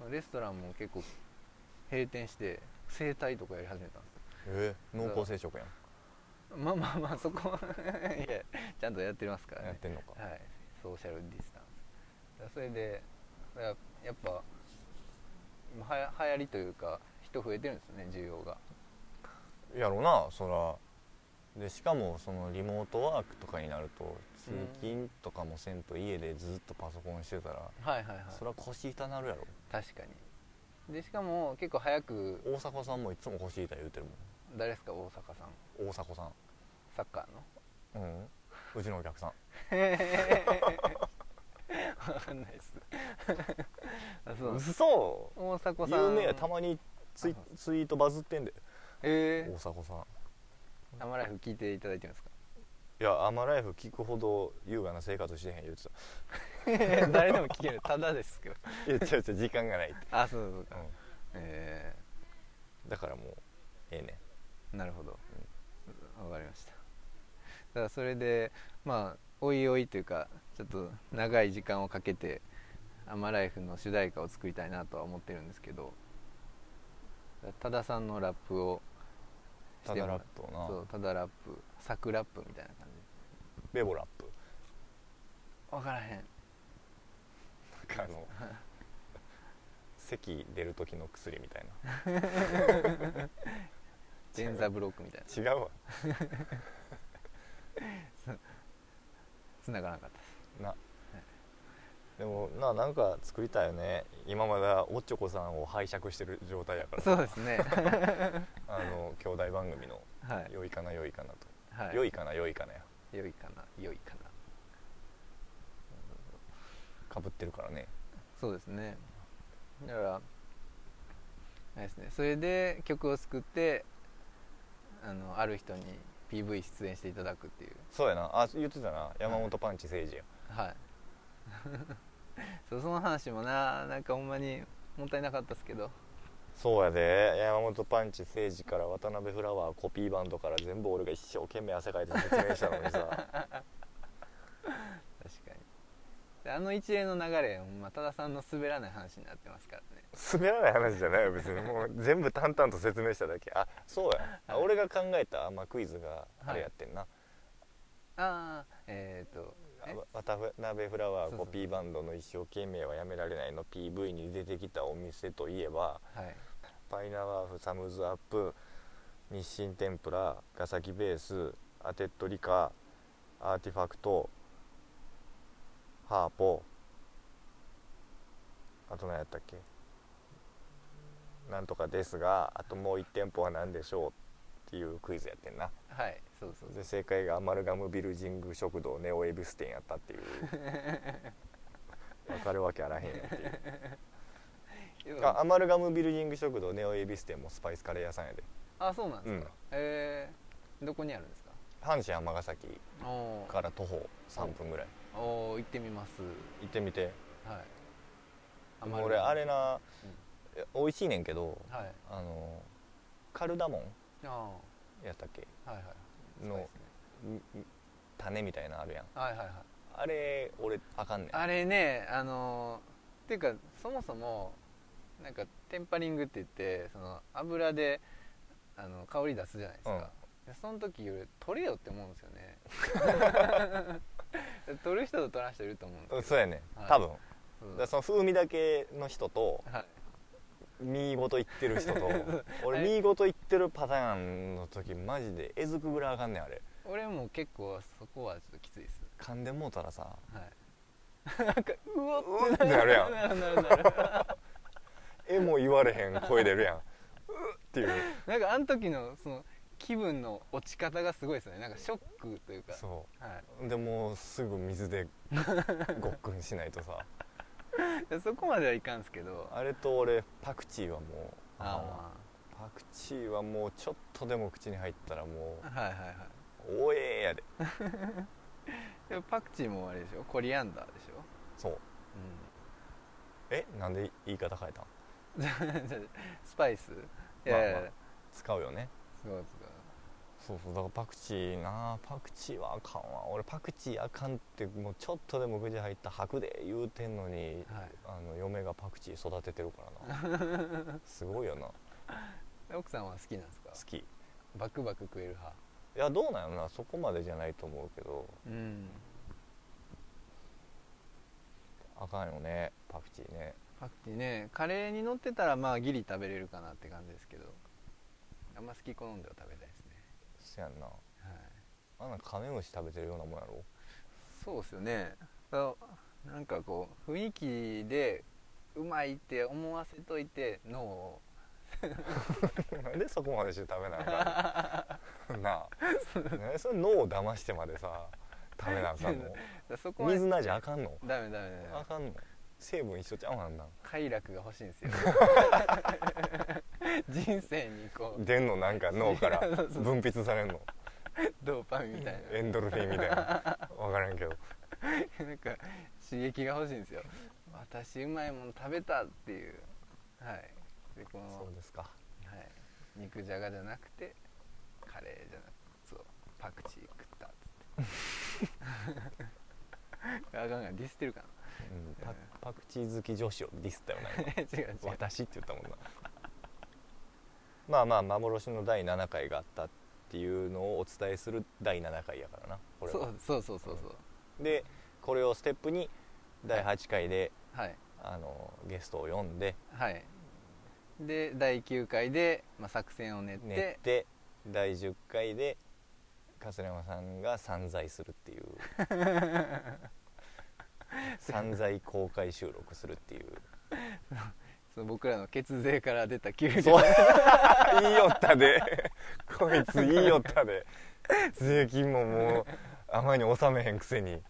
Speaker 2: うん
Speaker 1: レストランも結構閉店して整体とかやり始めたんです
Speaker 2: えー濃厚接触やん、
Speaker 1: よまあまあまあそこはいやちゃんとやってますから
Speaker 2: やっ
Speaker 1: ね
Speaker 2: てんのか、
Speaker 1: はいソーシャルディスタンスだからそれでだからやっぱ今はや流行りというか人増えてるんですよね需要が
Speaker 2: やろなそらでしかもそのリモートワークとかになると通勤とかもせんと家でずっとパソコンしてたら、
Speaker 1: はいはいはい
Speaker 2: そりゃ腰痛なるやろ
Speaker 1: 確かにでしかも結構早く
Speaker 2: 大迫さんもいつも腰痛い言うてる
Speaker 1: 誰ですか大阪さん
Speaker 2: もん大迫さん
Speaker 1: サッカーの
Speaker 2: うんうちのお客さん
Speaker 1: わかんないです。あそうなんです。
Speaker 2: そ
Speaker 1: 大迫さん。
Speaker 2: 有名やたまにツイ
Speaker 1: あ
Speaker 2: ツイートバズってんで
Speaker 1: え
Speaker 2: 大迫さん
Speaker 1: えー。アマライフ聞いていただいてるんですか。
Speaker 2: いやアマライフ聞くほど優雅な生活してへん言うてた
Speaker 1: 誰でも聞ける。ただですけど。
Speaker 2: いや違う違う時間がないって、
Speaker 1: あ、そうそう
Speaker 2: う
Speaker 1: そう。え
Speaker 2: ん、だからもうええね
Speaker 1: えなるほど。わかりました。だからそれでまあおいおいというかちょっと長い時間をかけてアマライフの主題歌を作りたいなとは思ってるんですけど。多田さんのラップを
Speaker 2: ただラップをな
Speaker 1: そうただラップサクラップみたいな感じ
Speaker 2: ベボラップ
Speaker 1: 分からへん
Speaker 2: なんかあ の咳出る時の薬みたいな
Speaker 1: デンザブロックみたいな
Speaker 2: 違うわ
Speaker 1: 繋がらなか ったで
Speaker 2: なでもななんか作りたいよね今まだおっちょこさんを拝借してる状態やから
Speaker 1: すそうです ね
Speaker 2: あの兄弟番組の
Speaker 1: は
Speaker 2: 「
Speaker 1: い
Speaker 2: 良いかな良いかな」
Speaker 1: は
Speaker 2: と「
Speaker 1: い
Speaker 2: 良いかな良いかな」や
Speaker 1: 良いかな良いかな
Speaker 2: かぶってるからね
Speaker 1: そうですねだからあれですねそれで曲を作ってあのある人に PV 出演していただくっていう
Speaker 2: そうやなあ言ってたな山本パンチ誠治や
Speaker 1: はい そうその話もななんかほんまにもったいなかったですけど
Speaker 2: そうやで山本パンチ誠治から渡辺フラワーコピーバンドから全部俺が一生懸命汗かいて説明したのに さ
Speaker 1: 確かにであの一連の流れほんま多田さんの滑らない話になってますからね
Speaker 2: 滑らない話じゃないよ別にもう全部淡々と説明しただけあそうやあ俺が考えた、まあ、クイズがあれやってんな、
Speaker 1: ああえっ、ー、とえ
Speaker 2: わ渡辺フラワ
Speaker 1: そう
Speaker 2: ー
Speaker 1: そ
Speaker 2: コ
Speaker 1: う
Speaker 2: ピーバンドの「一生懸命はやめられない」の PV に出てきたお店といえば
Speaker 1: はい
Speaker 2: パイナワーフサムズアップ日清天ぷらガサキベースアテッドリカアーティファクトハーポあと何やったっけなんとかですがあともう1店舗は何でしょうっていうクイズやってんな
Speaker 1: はいそうそうそう
Speaker 2: で正解がアマルガムビルジング食堂ネオエビス店やっ たっていうわかるわけあらへんよっていう
Speaker 1: 要
Speaker 2: あ
Speaker 1: は
Speaker 2: アマルガムビルジング食堂ネオエビス店もスパイスカレー屋さんやで
Speaker 1: あそうなんですか、
Speaker 2: うん
Speaker 1: えー、どこにあるんですか
Speaker 2: 阪神尼崎
Speaker 1: おー
Speaker 2: から徒歩3分ぐらい
Speaker 1: おー行ってみます
Speaker 2: 行ってみて
Speaker 1: はいあ
Speaker 2: もう俺あれ
Speaker 1: は
Speaker 2: な、美味しいねんけど
Speaker 1: い
Speaker 2: あのカルダモ
Speaker 1: あーは
Speaker 2: ンやったっけ
Speaker 1: いはいそ
Speaker 2: の
Speaker 1: うですね
Speaker 2: んん種みたいなのあるやん
Speaker 1: はいはいはい
Speaker 2: あれ俺あかんねん
Speaker 1: あれねあのー、っていうかそもそもなんかテンパリングって言ってその油であの香り出すじゃないですか、でその時より取れよって思うんですよね 取る人と取らん人いると思うんです
Speaker 2: うんそうやねん
Speaker 1: はい
Speaker 2: 多分、
Speaker 1: け
Speaker 2: だか
Speaker 1: ど
Speaker 2: らその風味だけの人と
Speaker 1: はい
Speaker 2: 身ごと言ってる人 と俺
Speaker 1: あれ
Speaker 2: 身ごと言ってるパターンの時マジでえずくぐらいあかんねんあれ
Speaker 1: 俺も結構そこはちょっときついです
Speaker 2: 噛んでもうたらさ
Speaker 1: はいなんかうおっ
Speaker 2: うってなるやん
Speaker 1: なるなるなる
Speaker 2: えも言われへん声出るやんうっっていう
Speaker 1: なんかあの時のその気分の落ち方がすごいですねなんかショックというか
Speaker 2: そ
Speaker 1: はい、
Speaker 2: うでもうすぐ水でごっくんしないとさ
Speaker 1: でそこまではいかんすけど
Speaker 2: あれと俺パクチーはもうあ
Speaker 1: あ
Speaker 2: のパクチーはもうちょっとでも口に入ったらも
Speaker 1: あはいはいはいう
Speaker 2: おえやで
Speaker 1: でもパクチーもあれでしょコリアンダーでしょ
Speaker 2: そうえなんで言い方変えたん
Speaker 1: うん スパイスいやいやいや
Speaker 2: まあまあ使うよね
Speaker 1: すごいすごい
Speaker 2: そうそうだからパクチーなパクチーはあかんわ俺パクチーあかんってもうちょっとでも口入った白で言うてんのに
Speaker 1: は
Speaker 2: あの嫁がパクチー育ててるからなすごいよな好
Speaker 1: い、奥さんは好きなんですか
Speaker 2: きい
Speaker 1: バクバク食える派
Speaker 2: やどうなんやろなそこまでじゃないと思うけど
Speaker 1: うん
Speaker 2: あかんよねパクチーね
Speaker 1: パクチーねカレーに乗ってたらまあギリ食べれるかなって感じですけどあんま好き好んでは食べたいですね、
Speaker 2: そやんな
Speaker 1: はい、
Speaker 2: あんなんカメムシ食べてるようなもんやろ
Speaker 1: そうですよねあなんかこう雰囲気でうまいって思わせといて脳を
Speaker 2: なんでそこまでして食べなあかんのなあなんでそれ脳を騙してまでさ食べなあかん
Speaker 1: そこ
Speaker 2: の
Speaker 1: は
Speaker 2: 水
Speaker 1: ダメ
Speaker 2: 菜じゃあかんの
Speaker 1: ダメダメ
Speaker 2: あかんの成分一緒ちゃうなんなん
Speaker 1: 快楽が欲しいんです よ人生にこう
Speaker 2: 出んのなんか脳から
Speaker 1: そうそう
Speaker 2: 分泌されんの
Speaker 1: ドーパミンみたい
Speaker 2: エンドルフィンみ たいな分からんけど
Speaker 1: ななんか刺激が欲しいんですよ私うまいもの食べたっていうはいでこの
Speaker 2: そうですか
Speaker 1: はい、肉じゃがじゃなくてカレーじゃなくてそうパクチー食ったっ つってあかんがディスってるか
Speaker 2: うんパパクチー好き女子をディスったよな今
Speaker 1: な 違う違う
Speaker 2: 私って言ったもんなまあまあ幻の第7回があったっていうのをお伝えする第7回やからなこれ
Speaker 1: そ
Speaker 2: は
Speaker 1: うそうそうそうそう
Speaker 2: でこれをステップに第8回で
Speaker 1: はい
Speaker 2: あのゲストを呼んで
Speaker 1: はいで第9回で、まあ、作戦を練って
Speaker 2: 寝て第10回で桂山さんが散財するっ ていう散財公開収録するっていう
Speaker 1: その僕らの血税から出た給
Speaker 2: そ
Speaker 1: 料
Speaker 2: う言いよったでこいつ言いよったで税金ももうあまりに納めへんくせに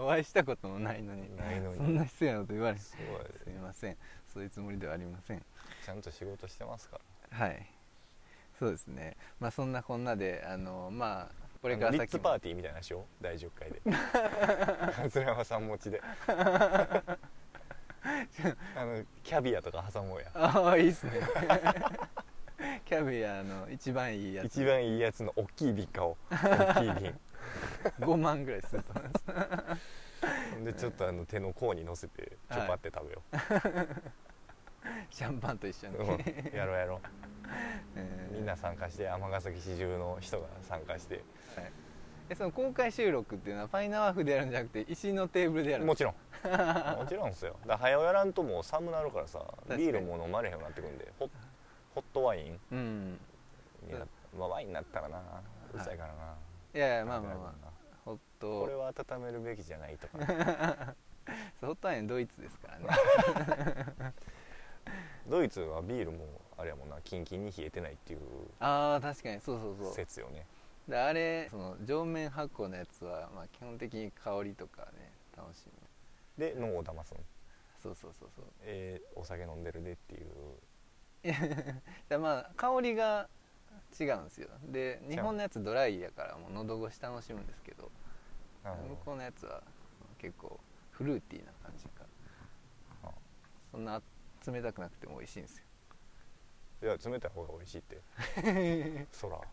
Speaker 1: お会いしたこともないのに
Speaker 2: ないのに
Speaker 1: そんな失礼なこと言われて
Speaker 2: す
Speaker 1: す
Speaker 2: ごい
Speaker 1: みませんそういうつもりではありません
Speaker 2: ちゃんと仕事してますから
Speaker 1: はいそうですねまあそんなこんなであのまあこ
Speaker 2: こ
Speaker 1: れから
Speaker 2: リ
Speaker 1: 先
Speaker 2: ッツ
Speaker 1: も
Speaker 2: パーティーみたいなしよう第10回 で桂山さん持ちであのキャビアとか挟もうや
Speaker 1: ああいいっすね キャビアの一番いいやつ
Speaker 2: 一番いいやつの大きい瓶買おう大きい瓶
Speaker 1: 5万ぐらいすると思います
Speaker 2: ほんでちょっとあの手の甲に乗せてちょぱって食べよ
Speaker 1: シャンパンと一緒に、
Speaker 2: う、うんやろうやろ
Speaker 1: え
Speaker 2: う
Speaker 1: ー
Speaker 2: みんな参加して尼崎市中の人が参加して
Speaker 1: はいえその公開収録っていうのはファイナワーフでやるんじゃなくて石のテーブルでやる
Speaker 2: も
Speaker 1: の
Speaker 2: ちろんもちろんっすよだから早うやらんともう寒なるからさ
Speaker 1: かに
Speaker 2: ビールも飲まれへんようになってくんでホッホットワイン
Speaker 1: うん
Speaker 2: になまあワインになったらなうるさいからな、
Speaker 1: いやいやまあまあまあ
Speaker 2: あ
Speaker 1: ホッ
Speaker 2: これ
Speaker 1: ト
Speaker 2: は温めるべきじゃないと か
Speaker 1: そうホットワインドイツです からね
Speaker 2: ドイツはビールもあれやもんなキンキンに冷えてないっていう
Speaker 1: ああ確かにそうそうそう
Speaker 2: 説よね
Speaker 1: であれその上面発酵のやつは、まあ、基本的に香りとかね楽しみ
Speaker 2: で脳を騙すの
Speaker 1: そうそうそうそう
Speaker 2: えーお酒飲んでるでっていう
Speaker 1: でまあ香りが違うんですよで日本のやつドライやからもう喉越し楽しむんですけど
Speaker 2: なる
Speaker 1: 向
Speaker 2: ほ
Speaker 1: こうのやつは結構フルーティーな感じが
Speaker 2: あ
Speaker 1: そんな冷たくなくても美味しいんですよ
Speaker 2: どいや冷たい方が美味しいって そら
Speaker 1: だか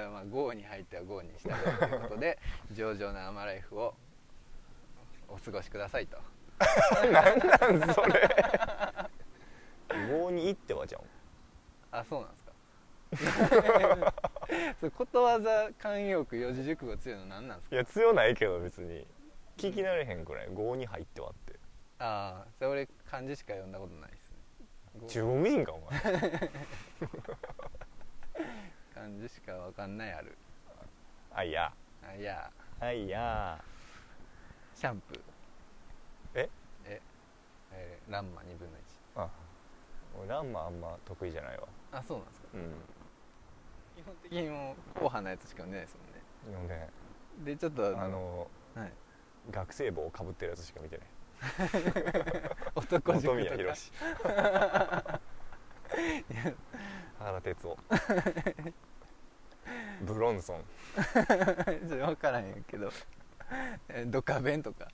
Speaker 1: らまあ豪に入っては豪にしたということで上々な甘ライフをお過ごしくださいと
Speaker 2: 何なん それ棒に行ってはじゃん
Speaker 1: あそうなんですか それことわざ慣用句四字熟語強いの何なんですか
Speaker 2: いや強ないけど別に聞き慣れへんくらい棒に入ってはって
Speaker 1: ああそれ俺漢字しか読んだことないですね豪
Speaker 2: 中国人かお前
Speaker 1: 漢字しかわかんないある
Speaker 2: あいや
Speaker 1: あいや
Speaker 2: あいや
Speaker 1: シャンプー
Speaker 2: え
Speaker 1: ええーランマ2分の1
Speaker 2: あ俺ランマあんま得意じゃないわ
Speaker 1: あそうなんですか
Speaker 2: うん
Speaker 1: 基本的にもう硬派なやつしか読んでないです
Speaker 2: 読んでない
Speaker 1: もんねでちょっと
Speaker 2: あの
Speaker 1: はい、
Speaker 2: 学生帽をかぶってるやつしか見てない
Speaker 1: 男塾
Speaker 2: 本
Speaker 1: とか
Speaker 2: 宮宏原哲夫ブロンソン
Speaker 1: ちょっと分からへんけどえドカベンとか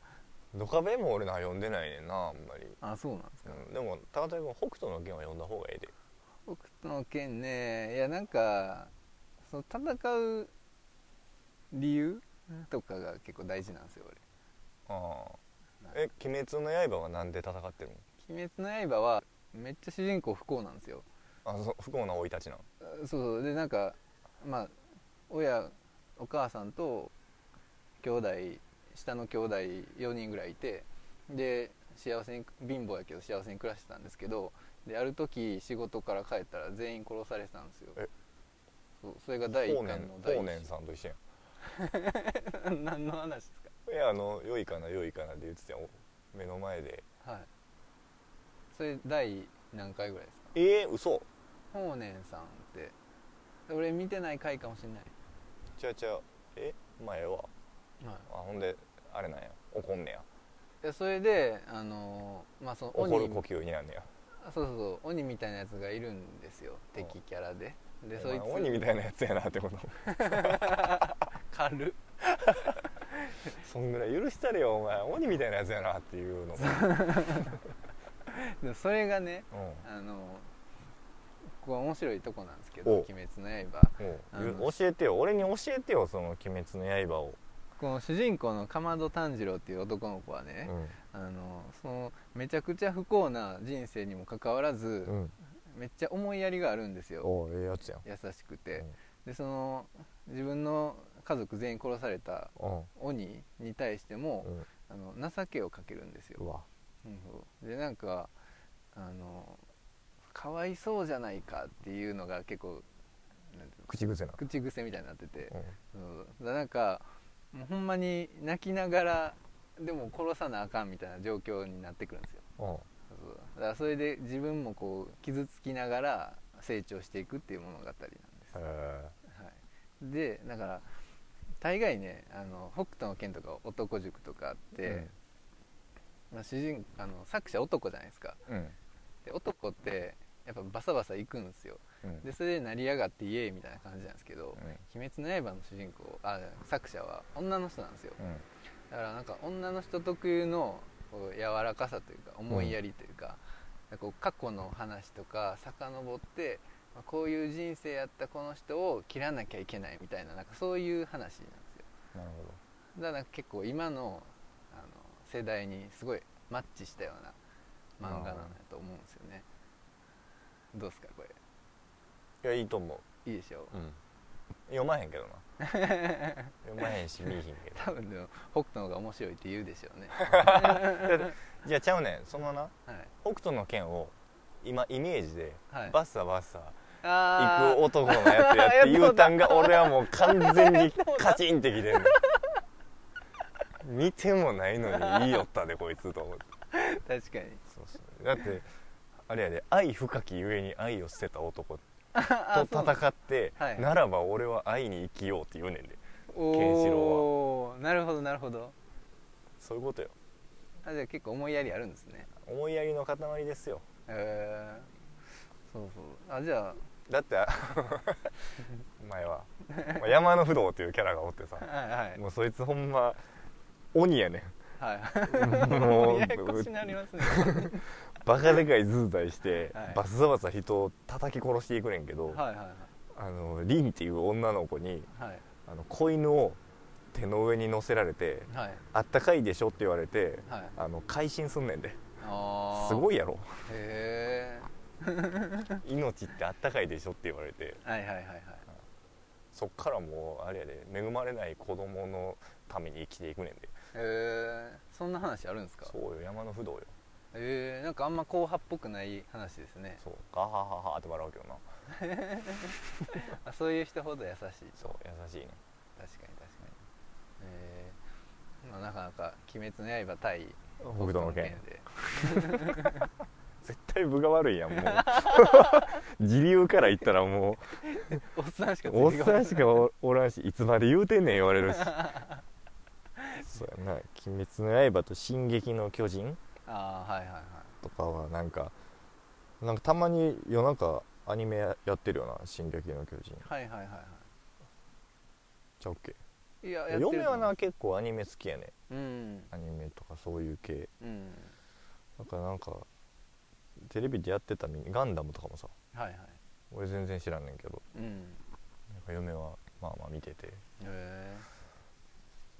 Speaker 2: ドカベンも俺な読んでないねんなあんまり、
Speaker 1: あそうなんですか
Speaker 2: うん、でも高田君北斗の剣は読んだ方がええで
Speaker 1: 北斗の剣ねいやなんかその戦う理由とかが結構大事なんですよ
Speaker 2: ああえ鬼滅の刃はなんで戦ってる
Speaker 1: 俺「鬼滅の刃」はめっちゃ主人公不幸なんですよ
Speaker 2: のあそ不幸な生い立ちなの
Speaker 1: そうそうでなんかまあ親お母さんと兄弟下の兄弟4人ぐらいいてで幸せに貧乏やけど幸せに暮らしてたんですけどである時仕事から帰ったら全員殺されてたんですよ
Speaker 2: え
Speaker 1: そうそれが第
Speaker 2: 法
Speaker 1: 1巻
Speaker 2: 然
Speaker 1: の第
Speaker 2: 法
Speaker 1: 一
Speaker 2: 然さんと一緒や
Speaker 1: 何の話です
Speaker 2: んいやあの良いかな良いかなって言ってたよ目の前で
Speaker 1: かはいそれ第何回ぐらいですか
Speaker 2: ええ嘘
Speaker 1: 法然さんって俺見てない回かもしれない、
Speaker 2: ちゃうちゃうえ前は
Speaker 1: はい
Speaker 2: あほんであれなんや怒んねや
Speaker 1: でそれであのーまあその
Speaker 2: 怒る
Speaker 1: 鬼
Speaker 2: 呼吸になんねや
Speaker 1: あそうそうそう鬼みたいなやつがいるんですよ敵キャラでで
Speaker 2: お
Speaker 1: そい
Speaker 2: 前
Speaker 1: つ
Speaker 2: 鬼みたいなやつやなってこと
Speaker 1: 軽っ
Speaker 2: そんぐらい許したれよお前鬼みたいなやつやなっていうのも
Speaker 1: でそれがね
Speaker 2: うん
Speaker 1: あのーここは面白いとこなんですけど
Speaker 2: お
Speaker 1: 「鬼滅の刃
Speaker 2: も
Speaker 1: あの
Speaker 2: う教えてよ俺に教えてよその「鬼滅の刃を」」
Speaker 1: この主人公のかまど炭治郎っていう男の子はね、あのーそのめちゃくちゃ不幸な人生にもかかわらず、
Speaker 2: うん、うん、
Speaker 1: めっちゃ思いやりがあるんですよ
Speaker 2: おうええやつやん
Speaker 1: 優しくて、でその自分の家族全員殺された
Speaker 2: うん
Speaker 1: 鬼に対しても、
Speaker 2: うん
Speaker 1: あの情けをかけるんですよ、
Speaker 2: うわ
Speaker 1: うんそうでなんかあのかわいそうじゃないかっていうのが結構なんていうの
Speaker 2: 口癖な
Speaker 1: 口癖みたいになってて
Speaker 2: う、ん
Speaker 1: うん、だなんかもうほんまに泣きながらでも殺さなあかんみたいな状況になってくるんですよ
Speaker 2: うん
Speaker 1: そうだからそれで自分もこう傷つきながら成長していくっていう物語なんです、
Speaker 2: へえ
Speaker 1: はい、でだから大概ねあの北斗の拳とか男塾とかあって、まあ、主人あの作者男じゃないですか
Speaker 2: うん
Speaker 1: で男ってやっぱバサバサ行くんですよ
Speaker 2: うん
Speaker 1: でそれで成り上がってイエーイみたいな感じなんですけど
Speaker 2: うん
Speaker 1: 「鬼滅の刃」の主人公あ作者は女の人なんですよ
Speaker 2: うん
Speaker 1: だからなんか女の人特有のこう柔らかさというか思いやりというか,、こう過去の話とか遡ってまあこういう人生やったこの人を切らなきゃいけないみたいななんかそういう話なんですよ
Speaker 2: なる
Speaker 1: だからなんか結構今のあの世代にすごいマッチしたような漫画なのやと思うんですよねどうですかこれ
Speaker 2: ほどいやいいと思
Speaker 1: いいでしょう
Speaker 2: う、読まへんけどな読まへんし見えへんけど
Speaker 1: 多分でも北斗の方が面白いって言うでしょう ね
Speaker 2: じゃあちゃうねんそのな
Speaker 1: はい
Speaker 2: 北斗の拳を今イメージで、
Speaker 1: はい
Speaker 2: バッサバッサ
Speaker 1: あ
Speaker 2: 行く男のやつやって言うた んが俺はもう完全にカチンってきてんの見てもないのに言いよったでこいつと思って
Speaker 1: ー確かに
Speaker 2: そうそうだってあれやで愛深きゆえに愛を捨てた男と
Speaker 1: あそうなん
Speaker 2: 戦って
Speaker 1: そうはい
Speaker 2: ならば俺は愛に生きようって言うねんでケンシロウは
Speaker 1: おおなるほどなるほど
Speaker 2: そういうことよ
Speaker 1: あじゃあ結構思いやりあるんですね
Speaker 2: 思いやりの塊ですよ
Speaker 1: えー、そうそうあじゃ
Speaker 2: だって お前はまあ山の不動っていうキャラがおってさ
Speaker 1: あはいはい
Speaker 2: もうそいつほんま鬼やねん
Speaker 1: はい
Speaker 2: もう
Speaker 1: ややこしなりますね
Speaker 2: バカでかい図体して、
Speaker 1: はい
Speaker 2: バスザバサ人を叩き殺していくねんけど、
Speaker 1: はいはいは
Speaker 2: あのリンっていう女の子に
Speaker 1: いはい
Speaker 2: あの子犬を手の上に乗せられて
Speaker 1: はい
Speaker 2: 「あったかいでしょ」って言われて、
Speaker 1: はい
Speaker 2: あの改心すんねんですすご
Speaker 1: い
Speaker 2: いやろ
Speaker 1: へ
Speaker 2: 命ってあったかいでしょって言われて
Speaker 1: えはいはいはいはい
Speaker 2: そっからもうあれやで恵まれない子供のために生きていくねんで
Speaker 1: へえそんな話あるんですか
Speaker 2: そうよ山の不動よ
Speaker 1: えー、なんかあんま硬派っぽくない話ですね
Speaker 2: そうガハハハって笑うけどな
Speaker 1: あそういう人ほど優しい確かに
Speaker 2: そう優しいね
Speaker 1: 確かにえーまあ、なかなか「鬼滅の刃」対
Speaker 2: 北斗の
Speaker 1: 北
Speaker 2: 拳
Speaker 1: ので
Speaker 2: 絶対分が悪いやんもう 自流から言ったらもう
Speaker 1: おっさんしかつ
Speaker 2: おっ
Speaker 1: いてこ
Speaker 2: さ
Speaker 1: ない
Speaker 2: んしかおおらんしいつまで言うてんねん言われ るしそうやな「鬼滅の刃」と「進撃の巨人
Speaker 1: ああはいはいはい」
Speaker 2: とかはなんかなんかたまに夜中アニメやってるよな「進撃の巨人
Speaker 1: はいはいはいは」
Speaker 2: じゃあ OK
Speaker 1: いいややってると思う
Speaker 2: 嫁はな結構アニメ好きやね
Speaker 1: うん
Speaker 2: アニメとかそういう系
Speaker 1: うん
Speaker 2: だからなんかテレビでやってたミニガンダムとかもさ
Speaker 1: はいはい
Speaker 2: 俺全然知らんねんけど
Speaker 1: うん
Speaker 2: なんか嫁はまあまあ見てて
Speaker 1: え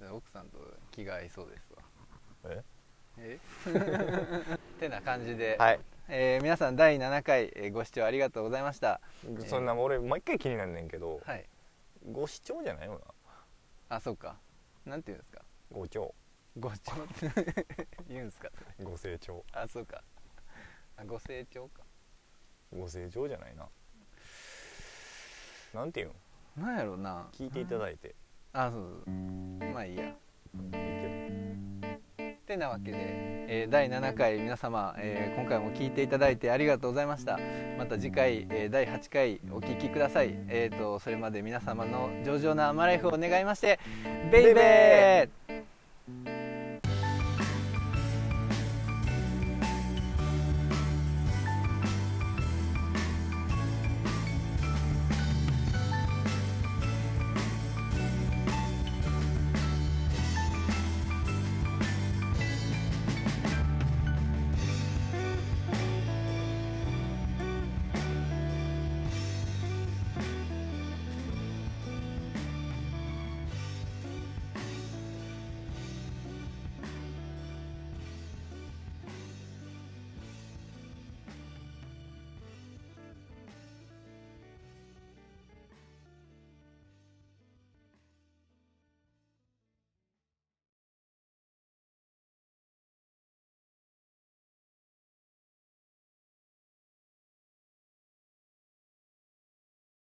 Speaker 1: ー、奥さんと気が合いそうですわ
Speaker 2: え
Speaker 1: え てな感じで、
Speaker 2: はい
Speaker 1: えー皆さん第7回えーご視聴ありがとうございました
Speaker 2: そんな俺毎回気になんねんけど、
Speaker 1: はい
Speaker 2: ご視聴じゃないよな
Speaker 1: あそうかなんていうんですか
Speaker 2: ご聴
Speaker 1: ご視聴って 言うんですか
Speaker 2: ご成長
Speaker 1: あそうかあご成長か
Speaker 2: ご成長じゃないななんていうん
Speaker 1: なんやろうな
Speaker 2: 聞いていただいて、
Speaker 1: あそうそうまあいいや
Speaker 2: いいけ
Speaker 1: てなわけで、えー第7回皆様、えー今回も聞いていただいてありがとうございましたまた次回、えー第8回お聞きくださいえーとそれまで皆様の上々なアマライフを願いましてベイベー